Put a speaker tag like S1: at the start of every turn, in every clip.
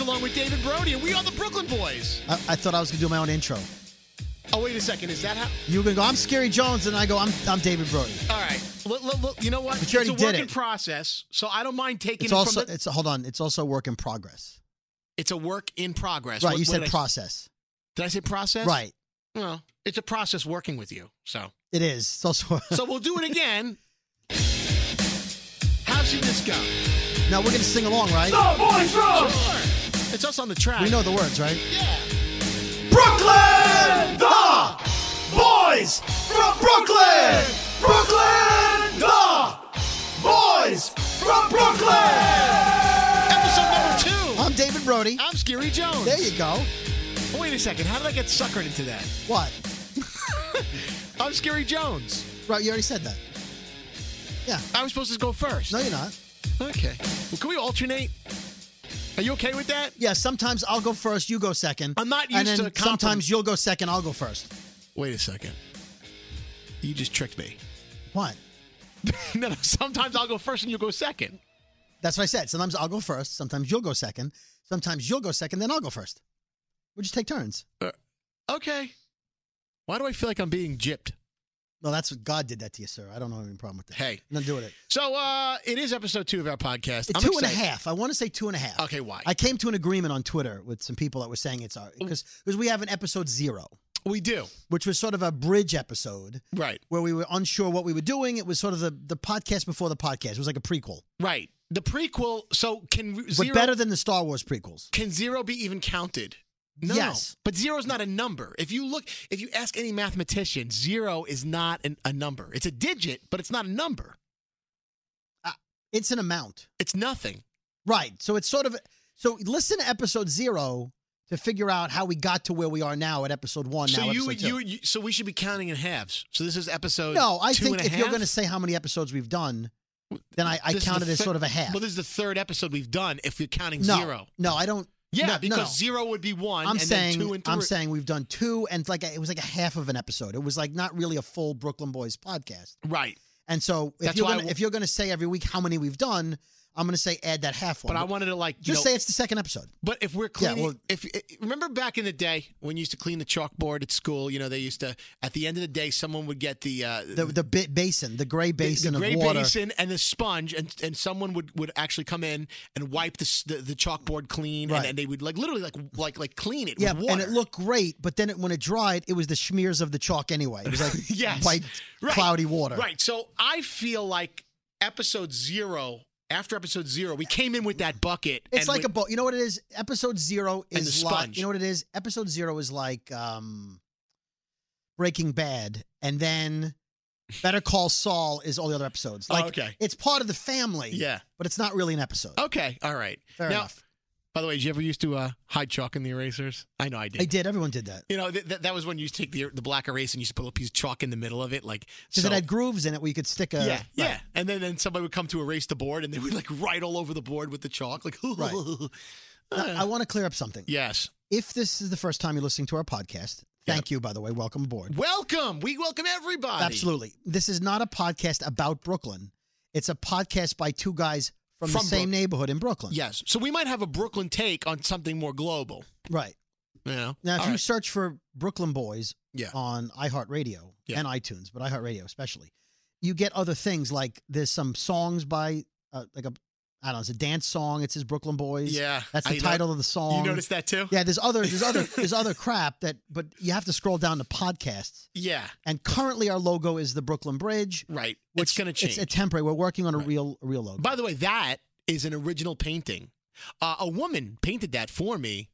S1: along with David Brody, and we are the Brooklyn Boys.
S2: I, I thought I was gonna do my own intro.
S1: Oh, wait a second. Is that how?
S2: You were gonna go, I'm Scary Jones, and I go, I'm I'm David Brody.
S1: All right. Look, look, look, you know what?
S2: But you
S1: it's a
S2: already did
S1: work in
S2: it.
S1: process, so I don't mind taking
S2: It's
S1: it
S2: also
S1: from the.
S2: it's hold on, it's also a work in progress.
S1: It's a work in progress.
S2: right,
S1: What-
S2: you
S1: what
S2: said
S1: did I-
S2: process.
S1: Did I say process?
S2: Right.
S1: Well, it's a process working with you. So,
S2: It is. It's also
S1: so we'll do it again. How should this go?
S2: now we're gonna sing along, right?
S3: The boys from
S1: Sure. It's us on the track.
S2: We know the words, right?
S1: Yeah.
S3: Brooklyn, the boys from Brooklyn, Brooklyn, the boys from Brooklyn.
S1: Episode number two.
S2: I'm David Brody.
S1: I'm Scary Jones.
S2: There you go.
S1: go. Wait a second. How did I get suckered into that?
S2: What?
S1: I'm Scary Jones.
S2: Right, you already said that. Yeah.
S1: I was supposed to go first.
S2: No, you're not.
S1: Okay. Well, can we alternate? Are you okay with that?
S2: Yeah, sometimes I'll go first, you go second.
S1: I'm not used
S2: and then
S1: to compli-
S2: sometimes you'll go second, I'll go first.
S1: Wait a second. You just tricked me.
S2: What?
S1: no, no, sometimes I'll go first and you go second.
S2: That's what I said. Sometimes I'll go first. Sometimes you'll go second. Sometimes you'll go second. Then I'll go first. We just take turns.
S1: Okay. Why do I feel like I'm being gypped?
S2: Well, that's what God did that to you, sir. I don't have any problem with that.
S1: Hey.
S2: nothing to do with it.
S1: So uh it is episode two of our podcast. I'm
S2: Two and a half.
S1: excited.
S2: I want to say two and a half.
S1: Okay, why?
S2: I came to an agreement on Twitter with some people that were saying it's our because because we have an episode zero,
S1: we do.
S2: which was sort of a bridge episode
S1: Right.
S2: where we were unsure what we were doing. It was sort of the the podcast before the podcast. It was like a prequel,
S1: Right. The prequel, so can we- zero
S2: but better than the Star Wars prequels.
S1: can zero be even counted? No.
S2: Yes.
S1: But zero is not a number. If you look if you ask any mathematician, zero is not an, a number. It's a digit, but it's not a number.
S2: It's an amount,
S1: It's nothing.
S2: right? So it's sort of so listen to episode zero to figure out how we got to where we are now at episode one.
S1: so
S2: now
S1: you,
S2: episode
S1: you
S2: two.
S1: you so we should be counting in halves. So this is episode
S2: no, I
S1: two
S2: think
S1: and a
S2: if you're
S1: half?
S2: going to say how many episodes we've done, then I, I
S1: This is the
S2: counted as
S1: thir-
S2: sort of a half.
S1: Well, this is the third episode we've done if you're counting
S2: no,
S1: zero.
S2: no, I don't.
S1: Yeah,
S2: no, no,
S1: because
S2: no.
S1: zero would be one.
S2: I'm
S1: and
S2: saying
S1: then two and 3
S2: I'm saying we've done two, and like it was like a half of an episode. It was like not really a full Brooklyn Boys podcast.
S1: right.
S2: And so if
S1: That's
S2: you're
S1: why I
S2: gonna,
S1: w-
S2: if you're going to say every week how many we've done, I'm going to say add that half one.
S1: But I wanted to like you
S2: just
S1: know,
S2: say it's the second episode.
S1: But if we're cleaning,
S2: well-
S1: if remember back in the day when you used to clean the chalkboard at school, you know they used to at the end of the day someone would get the uh,
S2: The the bit basin, the gray basin
S1: the gray
S2: of water.
S1: basin and the sponge, and and someone would would actually come in and wipe the s- the, the chalkboard clean,
S2: Right.
S1: and, and they would like literally like like like clean it.
S2: Yeah,
S1: with water.
S2: and it looked great, but then it, when it dried, it was the smears of the chalk anyway. It was like
S1: Yes.
S2: white,
S1: Right.
S2: cloudy water.
S1: right. So I feel like episode zero. After episode zero, we came in with that bucket.
S2: It's
S1: and
S2: like
S1: we-
S2: a boat. You know what it is? Episode zero
S1: And the
S2: is like
S1: sponge.
S2: you know what it is? Episode zero is like um Breaking Bad and then Better Call Saul is all the other episodes.
S1: Oh,
S2: Like
S1: okay.
S2: it's part of the family.
S1: Yeah. Oh,
S2: But it's not really an episode.
S1: Okay. All right.
S2: Fair
S1: now,
S2: enough.
S1: By the way, did you ever used to uh, hide chalk in the erasers? I know I did.
S2: I did. Everyone did that.
S1: You know, th- th- that was when you used to take the, the black erase and you used to put a piece of chalk in the middle of it, like
S2: Because
S1: so-
S2: it had grooves in it where you could stick a
S1: yeah,
S2: right.
S1: yeah. And then, then somebody would come to erase the board, and they would like write all over the board with the chalk, like Uh,
S2: Right. Now, I want to clear up something.
S1: yes.
S2: If this is the first time you're listening to our podcast, thank you by the way. Welcome aboard.
S1: Welcome, we welcome everybody.
S2: Absolutely. This is not a podcast about Brooklyn. It's a podcast by two guys from, the
S1: From
S2: same
S1: Brook-
S2: neighborhood in Brooklyn.
S1: Yes. So we might have a Brooklyn take on something more global.
S2: Right.
S1: You know.
S2: Now, if
S1: All
S2: you
S1: right.
S2: search for Brooklyn Boys
S1: Yeah.
S2: on iHeartRadio
S1: Yeah.
S2: and iTunes, but iHeartRadio especially, you get other things like there's some songs by uh, like a I don't know, it's a dance song. It says Brooklyn Boys.
S1: yeah,
S2: that's the
S1: I know-
S2: title of the song.
S1: You noticed that too?
S2: Yeah, there's other there's other there's other crap that, but you have to scroll down to podcasts.
S1: Yeah.
S2: And currently, our logo is the Brooklyn Bridge.
S1: Right.
S2: Which
S1: it's going to change.
S2: It's a temporary. We're working on a
S1: Right.
S2: real a real logo.
S1: By the way, that is an original painting. Uh, a woman painted that for me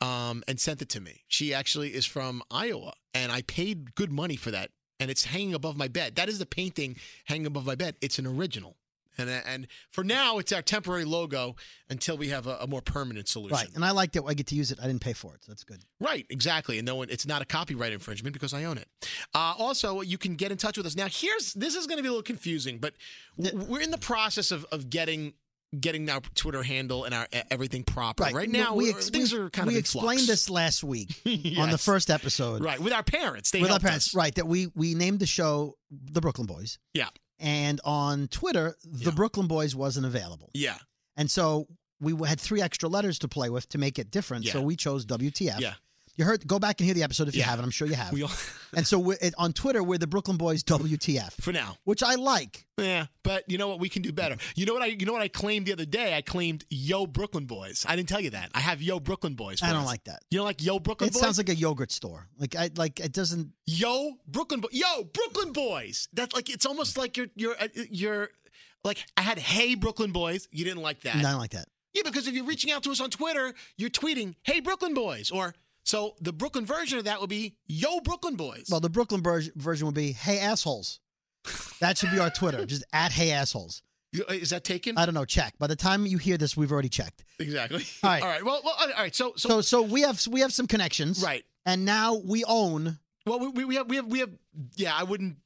S1: um, and sent it to me. She actually is from Iowa, and I paid good money for that. And it's hanging above my bed. That is the painting hanging above my bed. It's an original. And, and for now, it's our temporary logo until we have a, a more permanent solution.
S2: right. And I like that I get to use it. I didn't pay for it, so that's good.
S1: Right, exactly. And no one, it's not a copyright infringement because I own it. Uh, also, you can get in touch with us. Now, here's this is going to be a little confusing, but w- we're in the process of, of getting getting our Twitter handle and our e- everything proper. Right, now, we,
S2: ex-
S1: things are kind
S2: we
S1: of in
S2: explained
S1: flux.
S2: this last week on the
S1: Yes.
S2: first episode
S1: Right, with our parents. They
S2: with our
S1: helped
S2: parents,
S1: us.
S2: right? That we we named the show the Brooklyn Boys.
S1: Yeah.
S2: And on Twitter, the
S1: Yeah.
S2: Brooklyn Boys wasn't available,
S1: Yeah,
S2: and so we had three extra letters to play with to make it different. So
S1: Yeah.
S2: we chose WTF.
S1: Yeah.
S2: You heard, go back and hear the episode if you
S1: Yeah.
S2: haven't. I'm sure you have.
S1: We all,
S2: and so we're, it, on Twitter, we're the Brooklyn Boys WTF,
S1: for now.
S2: which I like.
S1: Yeah, but you know what? We can do better. You know what? I you know what I claimed the other day? I claimed Yo Brooklyn Boys. I didn't tell you that. I have Yo Brooklyn Boys. for
S2: I don't
S1: us.
S2: like that.
S1: You don't like Yo Brooklyn
S2: It
S1: Boys?
S2: sounds like a yogurt store. Like I like it doesn't.
S1: Yo Brooklyn Boys. Yo Brooklyn Boys. That's like it's almost like you're you're uh, you're like I had Hey Brooklyn Boys. You didn't like that.
S2: I don't like that.
S1: Yeah, because if you're reaching out to us on Twitter, you're tweeting Hey Brooklyn Boys or so the Brooklyn version of that would be Yo Brooklyn Boys.
S2: Well, the Brooklyn ver- version would be "Hey assholes." That should be our Twitter, just at "Hey assholes."
S1: You- uh, Is that taken?
S2: I don't know. Check. By the time you hear this, we've already checked.
S1: exactly.
S2: All right.
S1: All right. Well, well all right. So so,
S2: So so we have we have some connections,
S1: right.
S2: And now we own.
S1: Well, we- we, we have we have we have yeah. I wouldn't.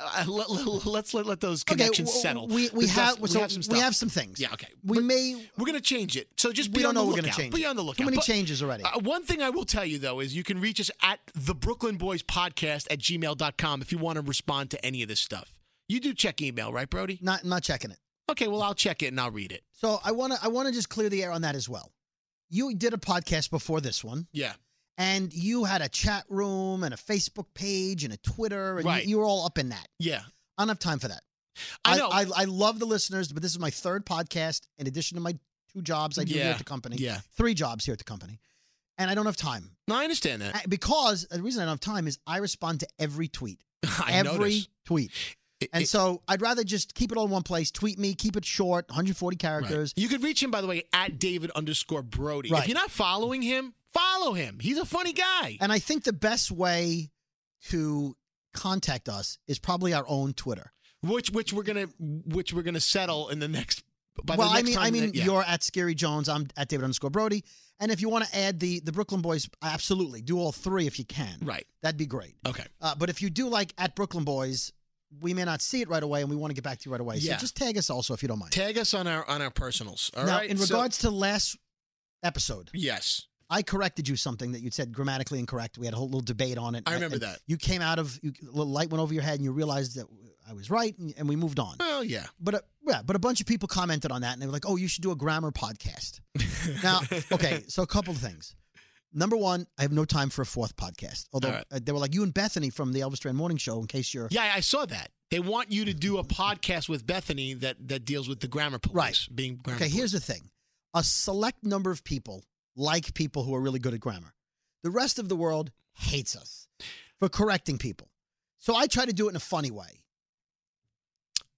S1: Uh, let, let, let's let, let those
S2: Okay,
S1: connections
S2: w-
S1: settle.
S2: We we
S1: The
S2: have
S1: dust- we
S2: so
S1: have some stuff.
S2: we have some things.
S1: yeah. Okay.
S2: We
S1: We
S2: may
S1: we're gonna change it. So just
S2: we
S1: be
S2: don't
S1: on
S2: know
S1: the
S2: we're
S1: lookout.
S2: gonna change.
S1: Be
S2: it.
S1: on the lookout.
S2: Too many
S1: But,
S2: changes already.
S1: uh, one thing I will tell you though is you can reach us at the Brooklyn Boys Podcast at gmail.com if you want to respond to any of this stuff. You do check email, right, Brody?
S2: not not checking it.
S1: Okay, well I'll check it and I'll read it.
S2: So I want to I want to just clear the air on that as well. You did a podcast before this one,
S1: Yeah.
S2: and you had a chat room and a Facebook page and a Twitter, and you-
S1: Right.
S2: you, were all up in that.
S1: Yeah.
S2: I don't have time for that.
S1: I know.
S2: I, I, love the listeners, but this is my third podcast in addition to my two jobs I do here
S1: Yeah.
S2: at the company,
S1: yeah.
S2: three jobs here at the company, and I don't have time
S1: No, I understand that.
S2: I- because the reason I don't have time is I respond to every tweet,
S1: I
S2: every
S1: notice.
S2: tweet,
S1: It-
S2: and
S1: it-
S2: so I'd rather just keep it all in one place. Tweet me, keep it short, 140
S1: Right.
S2: characters.
S1: You could reach him, by the way, at David underscore Brody.
S2: Right. Uh,
S1: If you're not following him, follow him. He's a funny guy.
S2: And I think the best way to contact us is probably our own Twitter.
S1: which which we're gonna which we're gonna settle in the next. By
S2: well,
S1: the
S2: I
S1: next
S2: mean,
S1: time
S2: I mean,
S1: that- yeah.
S2: you're at Scary Jones. I'm at David underscore Brody. And if you want to add the the Brooklyn Boys, absolutely do all three if you can.
S1: right.
S2: That'd be great.
S1: Okay.
S2: Uh, but if you do like at Brooklyn Boys, we may not see it right away, and we want to get back to you right away.
S1: Yeah.
S2: So just tag us also if you don't mind.
S1: Tag us on our on our personals. All right.
S2: now, in
S1: So-
S2: regards to last episode,
S1: yes,
S2: I corrected you something that you'd said grammatically incorrect. We had a whole little debate on it.
S1: I remember
S2: And
S1: that.
S2: You came out of you, a little light went over your head, and you realized that I was right, and, and we moved on.
S1: Well, yeah.
S2: But uh, yeah, but a bunch of people commented on that, and they were like, "Oh, you should do a grammar podcast." Now, okay, so a couple of things. Number one, I have no time for a fourth podcast. Although
S1: All right.
S2: uh, they were like you and Bethany from the Elvis Duran Morning Show. In case you're
S1: Yeah, I- I saw that. They want you to do a podcast with Bethany that that deals with the grammar police.
S2: Right.
S1: Being grammar
S2: okay, here's
S1: police.
S2: the thing: a select number of people like people who are really good at grammar. The rest of the world hates us for correcting people. So I try to do it in a funny way.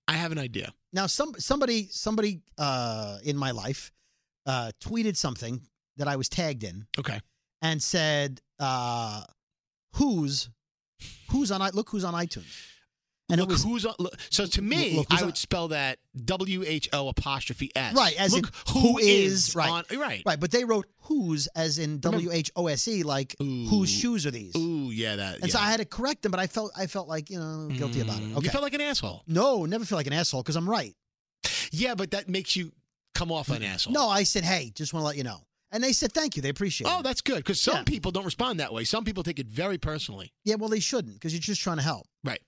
S1: I have an idea.
S2: Now, some somebody somebody uh, in my life uh, tweeted something that I was tagged in
S1: Okay.
S2: and said, uh, "Who's who's on? i- Look who's on iTunes." And
S1: look
S2: it was
S1: who's on, look, so to me,
S2: Look who's
S1: I
S2: on-
S1: would spell that W H O apostrophe S.
S2: Right, as
S1: look
S2: in who is, right.
S1: on right.
S2: right, but they wrote "who's" as in W H O S E, like
S1: Ooh.
S2: whose shoes are these?
S1: Ooh, yeah, that.
S2: And so I had to correct them, but I felt I felt like you know guilty about it. Okay.
S1: You felt like an asshole.
S2: no, never feel like an asshole because I'm right.
S1: Yeah, but that makes you come off an asshole.
S2: No, I said, hey, just want to let you know, and they said thank you. They appreciate
S1: Oh,
S2: it.
S1: that's good because some
S2: Yeah.
S1: people don't respond that way. Some people take it very personally.
S2: yeah, well, they shouldn't because you're just trying to help.
S1: Right.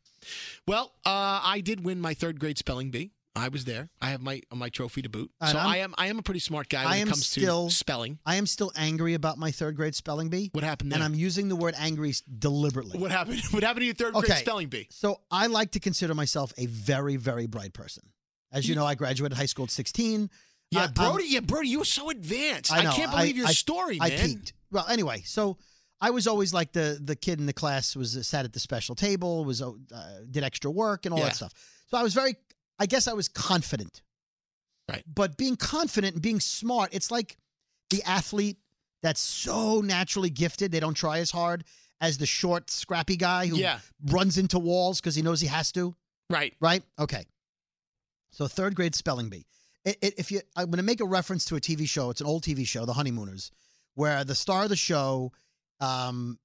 S1: Well, uh, I did win my third grade spelling bee. I was there. I have my my trophy to boot.
S2: And
S1: so
S2: I'm-
S1: I am I am a pretty smart guy when
S2: I am
S1: it comes
S2: still-
S1: to spelling.
S2: I am still angry about my third grade spelling bee,
S1: What happened there?
S2: and I'm using the word angry s- deliberately.
S1: what happened? What happened to your third
S2: Okay.
S1: grade spelling bee?
S2: So I like to consider myself a very, very bright person. As
S1: Mm.
S2: you know, I graduated high school at 16. I-
S1: Yeah,
S2: I'm-
S1: Brody. yeah, Brody. You were so advanced.
S2: um, I
S1: I,
S2: know.
S1: can't
S2: I-
S1: believe your
S2: I-
S1: story,
S2: I
S1: man.
S2: peaked. Well, anyway, so I was always like the the kid in the class who was uh, sat at the special table, was uh, did extra work and all
S1: Yeah.
S2: that stuff. So I was very, I guess I was confident.
S1: Right.
S2: But being confident and being smart, it's like the athlete that's so naturally gifted they don't try as hard as the short, scrappy guy who
S1: Yeah.
S2: runs into walls because he knows he has to
S1: Right.
S2: right? Okay. So third grade spelling bee. It, it, if you, I'm going to make a reference to a TV show. It's an old TV show, The Honeymooners, where the star of the show um,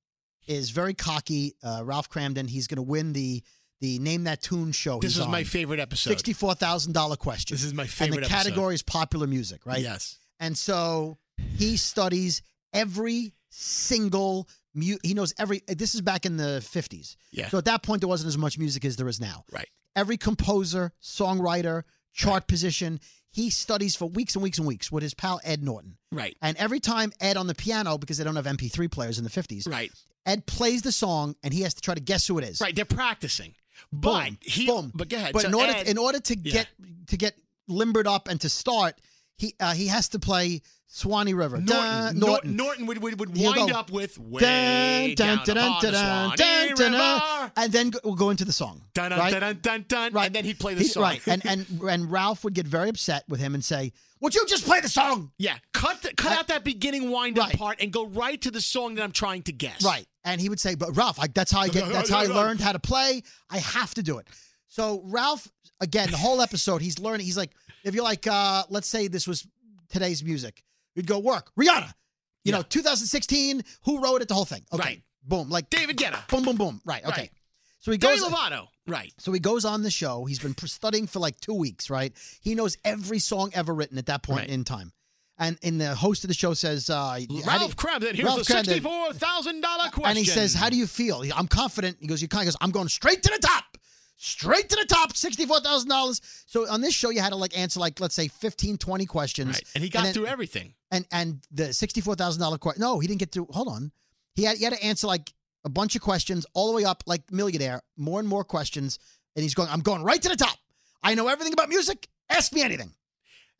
S2: is very cocky. Uh, Ralph Cramden. He's going to win the the name that tune show.
S1: This
S2: he's
S1: is my
S2: on.
S1: favorite episode.
S2: sixty four thousand dollar question.
S1: This is my
S2: and
S1: favorite
S2: the
S1: episode.
S2: category is popular music, right?
S1: Yes.
S2: And so he studies every single mu- he knows every this is back in the 50s.
S1: Yeah.
S2: So at that point there wasn't as much music as there is now.
S1: Right.
S2: Every composer, songwriter, chart position, he studies for weeks and weeks and weeks with his pal Ed Norton.
S1: Right.
S2: And every time Ed on the piano, because they don't have MP3 players in the 50s,
S1: Right.
S2: Ed plays the song and he has to try to guess who it is.
S1: Right. They're practicing. But
S2: Boom.
S1: he
S2: boom.
S1: but go ahead.
S2: But
S1: So
S2: in order
S1: Ed-
S2: in order to
S1: Yeah.
S2: get to get limbered up and to start, he uh, he has to play Swanee River.
S1: Norton,
S2: Da-
S1: Nor-
S2: Norton.
S1: Norton would, would, would
S2: He'll
S1: wind
S2: go,
S1: up with way
S2: Dun,
S1: down
S2: dun, dun,
S1: upon
S2: dun,
S1: the
S2: dun,
S1: Swanee
S2: dun, dun.
S1: River.
S2: And then go- we'll go into the song.
S1: Dun, dun,
S2: right?
S1: dun, dun, dun, dun.
S2: Right.
S1: And then he'd play the
S2: He-
S1: song.
S2: right. And and and Ralph would get very upset with him and say, "Would you just play the song?"
S1: yeah. Cut the, cut
S2: I-
S1: out that beginning wind up
S2: Right.
S1: part and go right to the song that I'm trying to guess.
S2: Right. And he would say, "But Ralph, I, that's how I get. That's how I learned how to play. I have to do it." So Ralph, again, the whole episode, he's learning. He's like, if you're like, uh, let's say this was today's music, you'd go work Rihanna. You know,
S1: Yeah.
S2: 2016. Who wrote it? The whole thing. Okay.
S1: Right.
S2: Boom. Like
S1: David Guetta.
S2: boom, boom, boom. Right. Okay.
S1: Right.
S2: So he
S1: Demi
S2: goes.
S1: Lovato. Right.
S2: So he goes on the show. He's been pr- studying for like two weeks, right? He knows every song ever written at that point
S1: Right.
S2: in time. And and the host of the show says, uh, how do you-
S1: Ralph Kramden. Here's
S2: Ralph
S1: the
S2: Kramden.
S1: sixty-four thousand dollar question.
S2: and he says, "How do you feel?" He- I'm confident. He goes, "You kind of goes. I'm going straight to the top, straight to the top. Sixty-four thousand dollars." So on this show, you had to like answer like let's say 15, 20 questions,
S1: Right. And he got
S2: then-
S1: through everything.
S2: and and the sixty-four thousand dollar question. No, he didn't get through. Hold on, he had he had to answer like a bunch of questions all the way up, like millionaire, more and more questions, and he's going, "I'm going right to the top. I know everything about music. Ask me anything."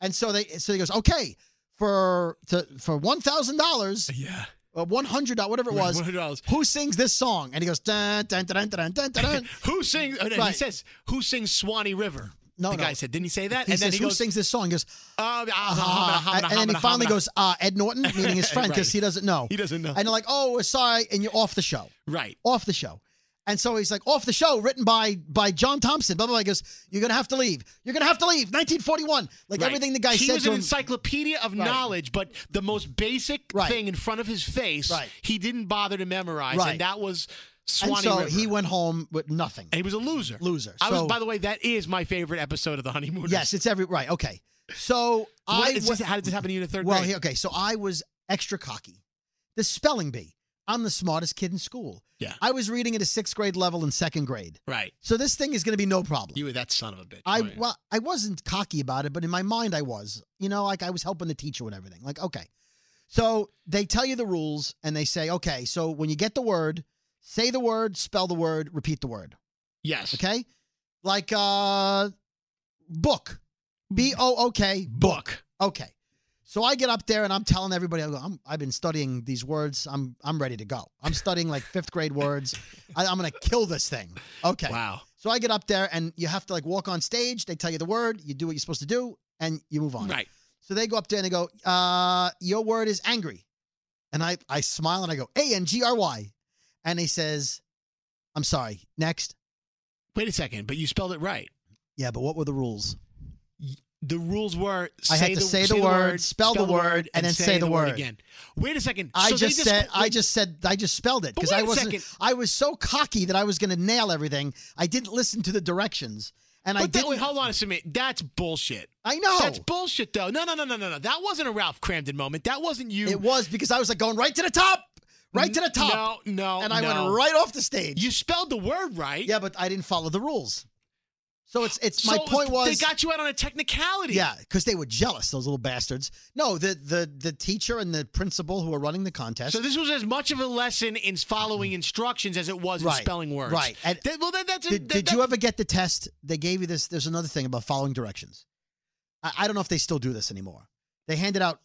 S2: And so they so he goes, "Okay." For to, for one thousand dollars, uh,
S1: Yeah.
S2: one hundred dollars, whatever it was,
S1: One hundred dollars.
S2: who sings this song? And he goes, dun, dun, dun, dun, dun, dun, dun.
S1: Who sings? oh, no, He
S2: Right.
S1: says, "Who sings Swanee River?"
S2: No,
S1: the
S2: no.
S1: guy said, "Didn't he say that?"
S2: He
S1: and
S2: says,
S1: then he
S2: who
S1: goes,
S2: sings this song? He goes,
S1: uh,
S2: ah, and then he finally goes, uh, Ed Norton, meaning his friend, because
S1: Right.
S2: he doesn't know.
S1: He doesn't know.
S2: And they're like, oh, we're sorry, and you're off the show,
S1: Right.
S2: off the show. And so he's like, off the show, written by by John Thompson. Blah blah. blah. He goes, you're gonna have to leave. You're gonna have to leave. 1941. Like
S1: right.
S2: everything the guy
S1: he
S2: said
S1: was
S2: to
S1: an
S2: him.
S1: encyclopedia of knowledge, but the most basic
S2: Right.
S1: thing in front of his face,
S2: Right.
S1: he didn't bother to memorize,
S2: Right.
S1: and that was
S2: and
S1: Swanee
S2: so
S1: River.
S2: he went home with nothing.
S1: and he was a loser.
S2: Loser.
S1: I
S2: So-
S1: was, by the way, that is my favorite episode of the honeymoon.
S2: Yes, it's every right. Okay. So I
S1: it's
S2: wa-
S1: just, how did this happen to you in the third
S2: Well,
S1: grade?
S2: he- okay, so I was extra cocky. The spelling bee. I'm the smartest kid in school.
S1: Yeah.
S2: I was reading at a sixth grade level in second grade.
S1: right.
S2: So this thing is going to be no problem.
S1: You were that son of a bitch.
S2: I
S1: weren't you?
S2: well, I wasn't cocky about it, but in my mind I was. You know, like I was helping the teacher with everything. Like, okay. So they tell you the rules and they say, okay, so when you get the word, say the word, spell the word, repeat the word.
S1: yes.
S2: Okay? Like uh book. B O O K
S1: Book.
S2: Okay. So I get up there and I'm telling everybody, I go, I'm, I've been studying these words. I'm I'm ready to go. I'm studying like fifth grade words. I, I'm gonna kill this thing. Okay.
S1: Wow.
S2: So I get up there and you have to like walk on stage. They tell you the word. You do what you're supposed to do, and you move on.
S1: Right.
S2: So they go up there and they go, uh, your word is angry. And I, I smile and I go, A N G R Y. And he says, I'm sorry. Next.
S1: Wait a second, but you spelled it right.
S2: Yeah, but what were the rules?
S1: The rules were
S2: I had to say the word, spell the word, and then say the word.
S1: again. Wait a second.
S2: I
S1: so they
S2: just said I
S1: wait,
S2: just said I just spelled it
S1: But
S2: because
S1: wait
S2: I
S1: a
S2: wasn't
S1: second.
S2: I was so cocky that I was going to nail everything. I didn't listen to the directions and I
S1: But that,
S2: didn't
S1: wait, hold on a minute. That's bullshit.
S2: I know.
S1: That's bullshit, though. No, no, no, no, no, no. That wasn't a Ralph Cramden moment. That wasn't you.
S2: it was because I was like going right to the top, right to the top.
S1: No, no.
S2: and I
S1: no.
S2: went right off the stage.
S1: You spelled the word right.
S2: yeah, but I didn't follow the rules. So it's it's
S1: So
S2: my point was
S1: they got you out on a technicality.
S2: yeah, because they were jealous, those little bastards. No, the the the teacher and the principal who were running the contest.
S1: So this was as much of a lesson in following instructions as it was in
S2: Right,
S1: spelling words.
S2: right. And-
S1: That- well, that, that's a-
S2: did,
S1: that-
S2: did
S1: that-
S2: you ever get the test? They gave you this. There's another thing about following directions. I, I don't know if they still do this anymore. They handed out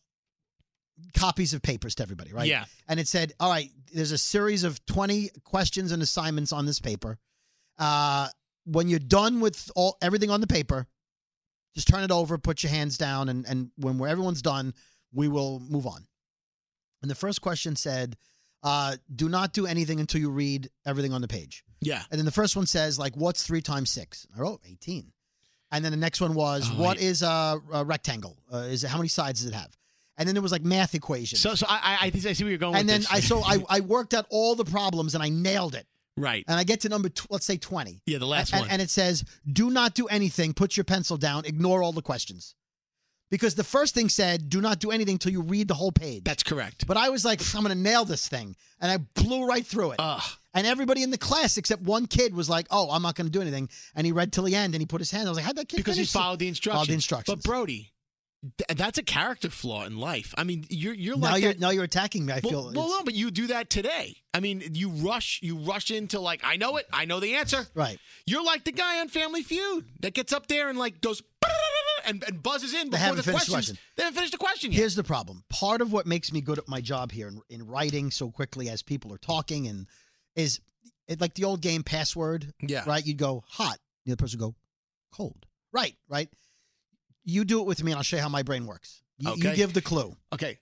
S2: copies of papers to everybody, right?
S1: Yeah.
S2: And it said, all right, there's a series of 20 questions and assignments on this paper. Uh, when you're done with all everything on the paper, just turn it over, put your hands down, and, and when we're, everyone's done, we will move on. And the first question said, uh, do not do anything until you read everything on the page.
S1: Yeah.
S2: And then the first one says, like, what's three times six? And I wrote 18. And then the next one was,
S1: Oh,
S2: what
S1: wait.
S2: is a, a rectangle? Uh, is it, how many sides does it have? And then there was like math equations.
S1: So, so I, I, I think I see where you're going.
S2: and
S1: with
S2: then
S1: this.
S2: I so I, I worked out all the problems and I nailed it.
S1: right.
S2: And I get to number, tw- let's say 20.
S1: Yeah, the last
S2: and,
S1: one.
S2: and it says, do not do anything. Put your pencil down. Ignore all the questions. Because the first thing said, do not do anything till you read the whole page.
S1: That's correct.
S2: but I was like, I'm going to nail this thing. And I blew right through it.
S1: Ugh.
S2: And everybody in the class except one kid was like, "Oh, I'm not going to do anything," and he read till the end, and he put his hand. I was like, "How'd that kid?"
S1: because he
S2: finish it?"
S1: followed the instructions.
S2: instructions.
S1: But Brody, th- that's a character flaw in life. I mean, you're you're
S2: now
S1: like
S2: you're
S1: that-
S2: now you're attacking me. I
S1: well,
S2: feel
S1: well,
S2: it's-
S1: no, but you do that today. I mean, you rush you rush into like I know it, I know the answer.
S2: right.
S1: You're like the guy on Family Feud that gets up there and like goes and, and buzzes in before
S2: haven't
S1: the questions.
S2: finished the question.
S1: They haven't finished the question yet.
S2: Here's the problem. Part of what makes me good at my job here in, in writing so quickly as people are talking and is it, like the old game password,
S1: yeah,
S2: right? You'd go hot, the other person would go cold. Right, right. You do it with me, and I'll show you how my brain works. You, you
S1: Okay.
S2: give the clue.
S1: Okay.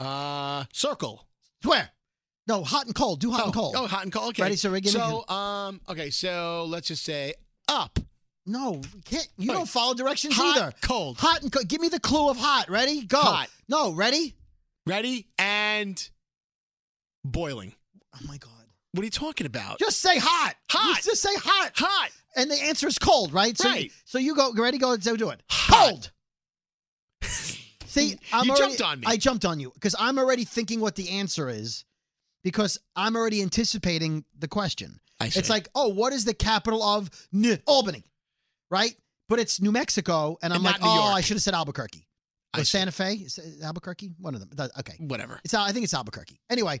S1: Uh, circle.
S2: Swear. No, hot and cold. Do hot
S1: oh,
S2: and cold.
S1: Oh, hot and cold. Okay.
S2: Ready? So we're giving.
S1: so, um, okay. So let's just say up.
S2: no, we can't. You
S1: Wait.
S2: don't follow directions
S1: hot,
S2: either.
S1: cold.
S2: Hot and cold. Give me the clue of hot. Ready? Go.
S1: Hot.
S2: No, ready?
S1: Ready and boiling.
S2: Oh my god.
S1: What are you talking about?
S2: Just say hot. You
S1: Hot.
S2: just say hot.
S1: hot.
S2: And the answer is cold, right? So You,
S1: Right.
S2: so you go ready? Go. Let's do it.
S1: Hot.
S2: Cold. See, I'm
S1: You
S2: already-
S1: jumped on me.
S2: I jumped on you because I'm already thinking what the answer is, because I'm already anticipating the question.
S1: I
S2: It's like, oh, what is the capital of N- Albany, right? But it's New Mexico, and I'm
S1: And
S2: like,
S1: not New
S2: oh,
S1: York.
S2: I should have said Albuquerque
S1: I
S2: or
S1: see.
S2: Santa Fe. Is it Albuquerque, one of them. Th- Okay,
S1: whatever.
S2: it's Al- I think it's Albuquerque. Anyway,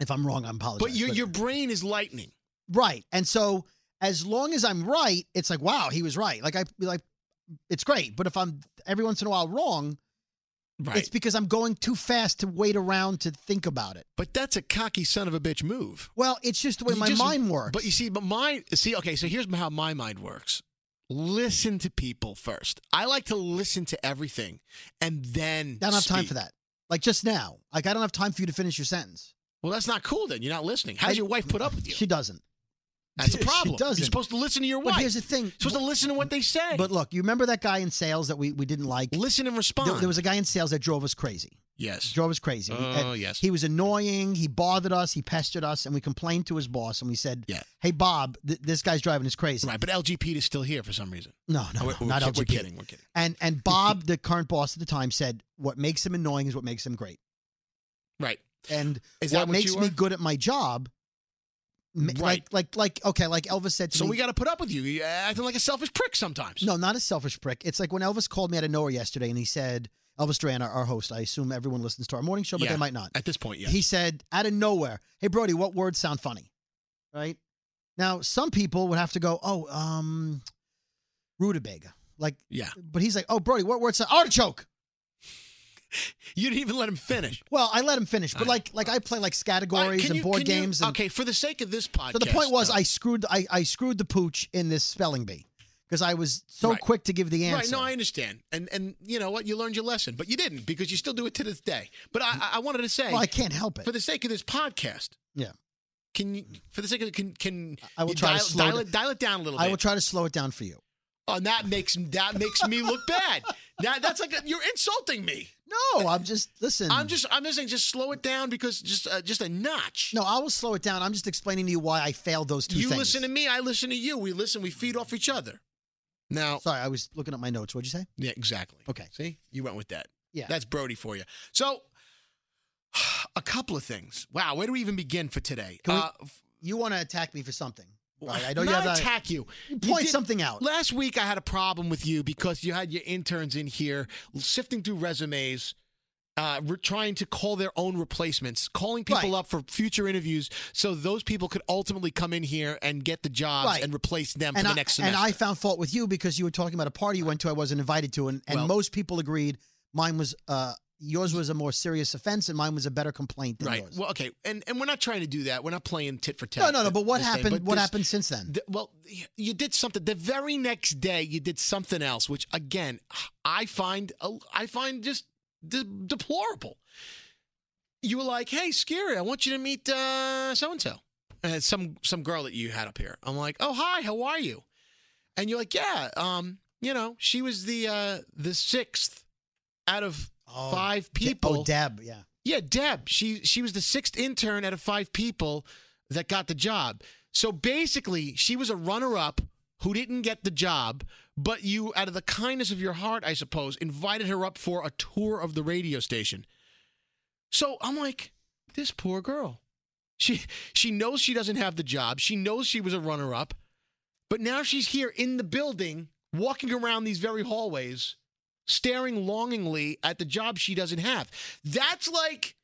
S2: if I'm wrong, I'm apologizing.
S1: But your your brain is lightning.
S2: right, and so as long as I'm right, it's like, wow, he was right. Like I like, it's great. But if I'm every once in a while wrong,
S1: Right.
S2: it's because I'm going too fast to wait around to think about it.
S1: but that's a cocky son of a bitch move.
S2: Well, it's just the way
S1: You
S2: my
S1: just-
S2: mind works.
S1: But you see, but my see, okay, so here's how my mind works. Listen to people first. I like to listen to everything and then
S2: I don't have time
S1: speak.
S2: for that. Like just now, like I don't have time for you to finish your sentence.
S1: Well, that's not cool then. You're not listening. How
S2: I-
S1: does your wife put up with you?
S2: She doesn't.
S1: that's a
S2: she
S1: problem. You're
S2: doesn't.
S1: supposed to listen to your
S2: But
S1: wife.
S2: here's the
S1: You're
S2: thing.
S1: supposed to listen to what they say.
S2: But look, you remember that guy in sales that we, we didn't like?
S1: listen and respond.
S2: There, there was a guy in sales that drove us crazy.
S1: yes.
S2: Drove us crazy. We-
S1: Oh,
S2: and
S1: yes.
S2: He was annoying. He bothered us. He pestered us, and we complained to his boss, and we said,
S1: Yeah.
S2: "Hey, Bob, th- this guy's driving us crazy."
S1: Right, but LGP is still here for some reason.
S2: No, no,
S1: Oh,
S2: no
S1: we're- we're
S2: not
S1: kid-
S2: LGP.
S1: We're kidding. We're kidding.
S2: And and Bob, the current boss at the time, said, "What makes him annoying is what makes him great."
S1: Right.
S2: And
S1: Is
S2: what
S1: that what
S2: makes
S1: you
S2: me
S1: are?
S2: good at my job, m-
S1: Right.
S2: Like, like, like, okay, like Elvis said to
S1: So
S2: me.
S1: we got to put up with you. You're acting like a selfish prick sometimes.
S2: No, not a selfish prick. It's like when Elvis called me out of nowhere yesterday and he said, Elvis Duran, our, our host, I assume everyone listens to our morning show, but
S1: Yeah.
S2: they might not.
S1: At this point, yeah.
S2: He said, out of nowhere, hey, Brody, what words sound funny? Right? Now, some people would have to go, oh, um, rutabaga. Like,
S1: yeah.
S2: but he's like, oh, Brody, what words sound artichoke?
S1: You didn't even let him finish.
S2: Well, I let him finish, but
S1: I-
S2: like, like I play like
S1: All right,
S2: categories
S1: can
S2: and
S1: you-
S2: board
S1: can you-
S2: games. and,
S1: okay, for the sake of this podcast.
S2: So the point was,
S1: though-
S2: I screwed, I, I screwed the pooch in this spelling bee because I was so
S1: Right.
S2: quick to give the answer.
S1: Right, no, I understand, and and you know what, you learned your lesson, but you didn't because you still do it to this day. But I, I- I wanted to say,
S2: well, I can't help it.
S1: for the sake of this podcast,
S2: Yeah.
S1: can you, for the sake of can can
S2: I will
S1: you
S2: try to
S1: dial,
S2: slow
S1: dial
S2: the-
S1: it dial it down a little
S2: I
S1: bit?
S2: will try to slow it down for you.
S1: oh, and that makes that makes me look bad. That that's like a, you're insulting me.
S2: No, I'm just listen.
S1: I'm just I'm just saying, just slow it down because just uh, just a notch.
S2: no. I will slow it down. I'm just explaining to you why I failed those two
S1: you
S2: things.
S1: listen to me, I listen to you. We listen, we feed off each other. Now,
S2: Sorry, I was looking at my notes. What'd you say?
S1: yeah, exactly.
S2: Okay.
S1: See, you went with that.
S2: Yeah.
S1: That's Brody for you. So, a couple of things. Wow, where do we even begin for today?
S2: Can we-
S1: Uh, f-
S2: you want to attack me for something? Right. I know
S1: not
S2: you have that.
S1: attack you. You
S2: Point
S1: did-
S2: something out.
S1: Last week, I had a problem with you because you had your interns in here sifting through resumes. Uh, re- trying to call their own replacements, calling people
S2: Right.
S1: up for future interviews, so those people could ultimately come in here and get the jobs
S2: Right.
S1: and replace them
S2: and
S1: for
S2: I,
S1: the next
S2: and
S1: semester.
S2: I found fault with you because you were talking about a party you went to I wasn't invited to, and, and
S1: Well-
S2: most people agreed mine was uh yours was a more serious offense and mine was a better complaint than
S1: Right.
S2: yours.
S1: Well, okay, and and we're not trying to do that. We're not playing tit for tat.
S2: no, no, no. But what
S1: this thing.
S2: happened? what
S1: this-
S2: happened since then?
S1: th- well, y- you did something. The very next day, you did something else, which again, I find a- I find just de- deplorable. You were like, "Hey, Scary, I want you to meet so and so," and some some girl that you had up here. I'm like, "Oh, hi, how are you?" And you're like, "Yeah, um, you know, she was the uh the sixth out of
S2: Oh,
S1: five
S2: De-
S1: people."
S2: Oh, Deb. Yeah.
S1: Yeah, Deb. She she was the sixth intern out of five people that got the job. So basically, she was a runner-up who didn't get the job, but you, out of the kindness of your heart, I suppose, invited her up for a tour of the radio station. So I'm like, this poor girl. She she knows she doesn't have the job. She knows she was a runner-up, but now she's here in the building, walking around these very hallways, staring longingly at the job she doesn't have. That's like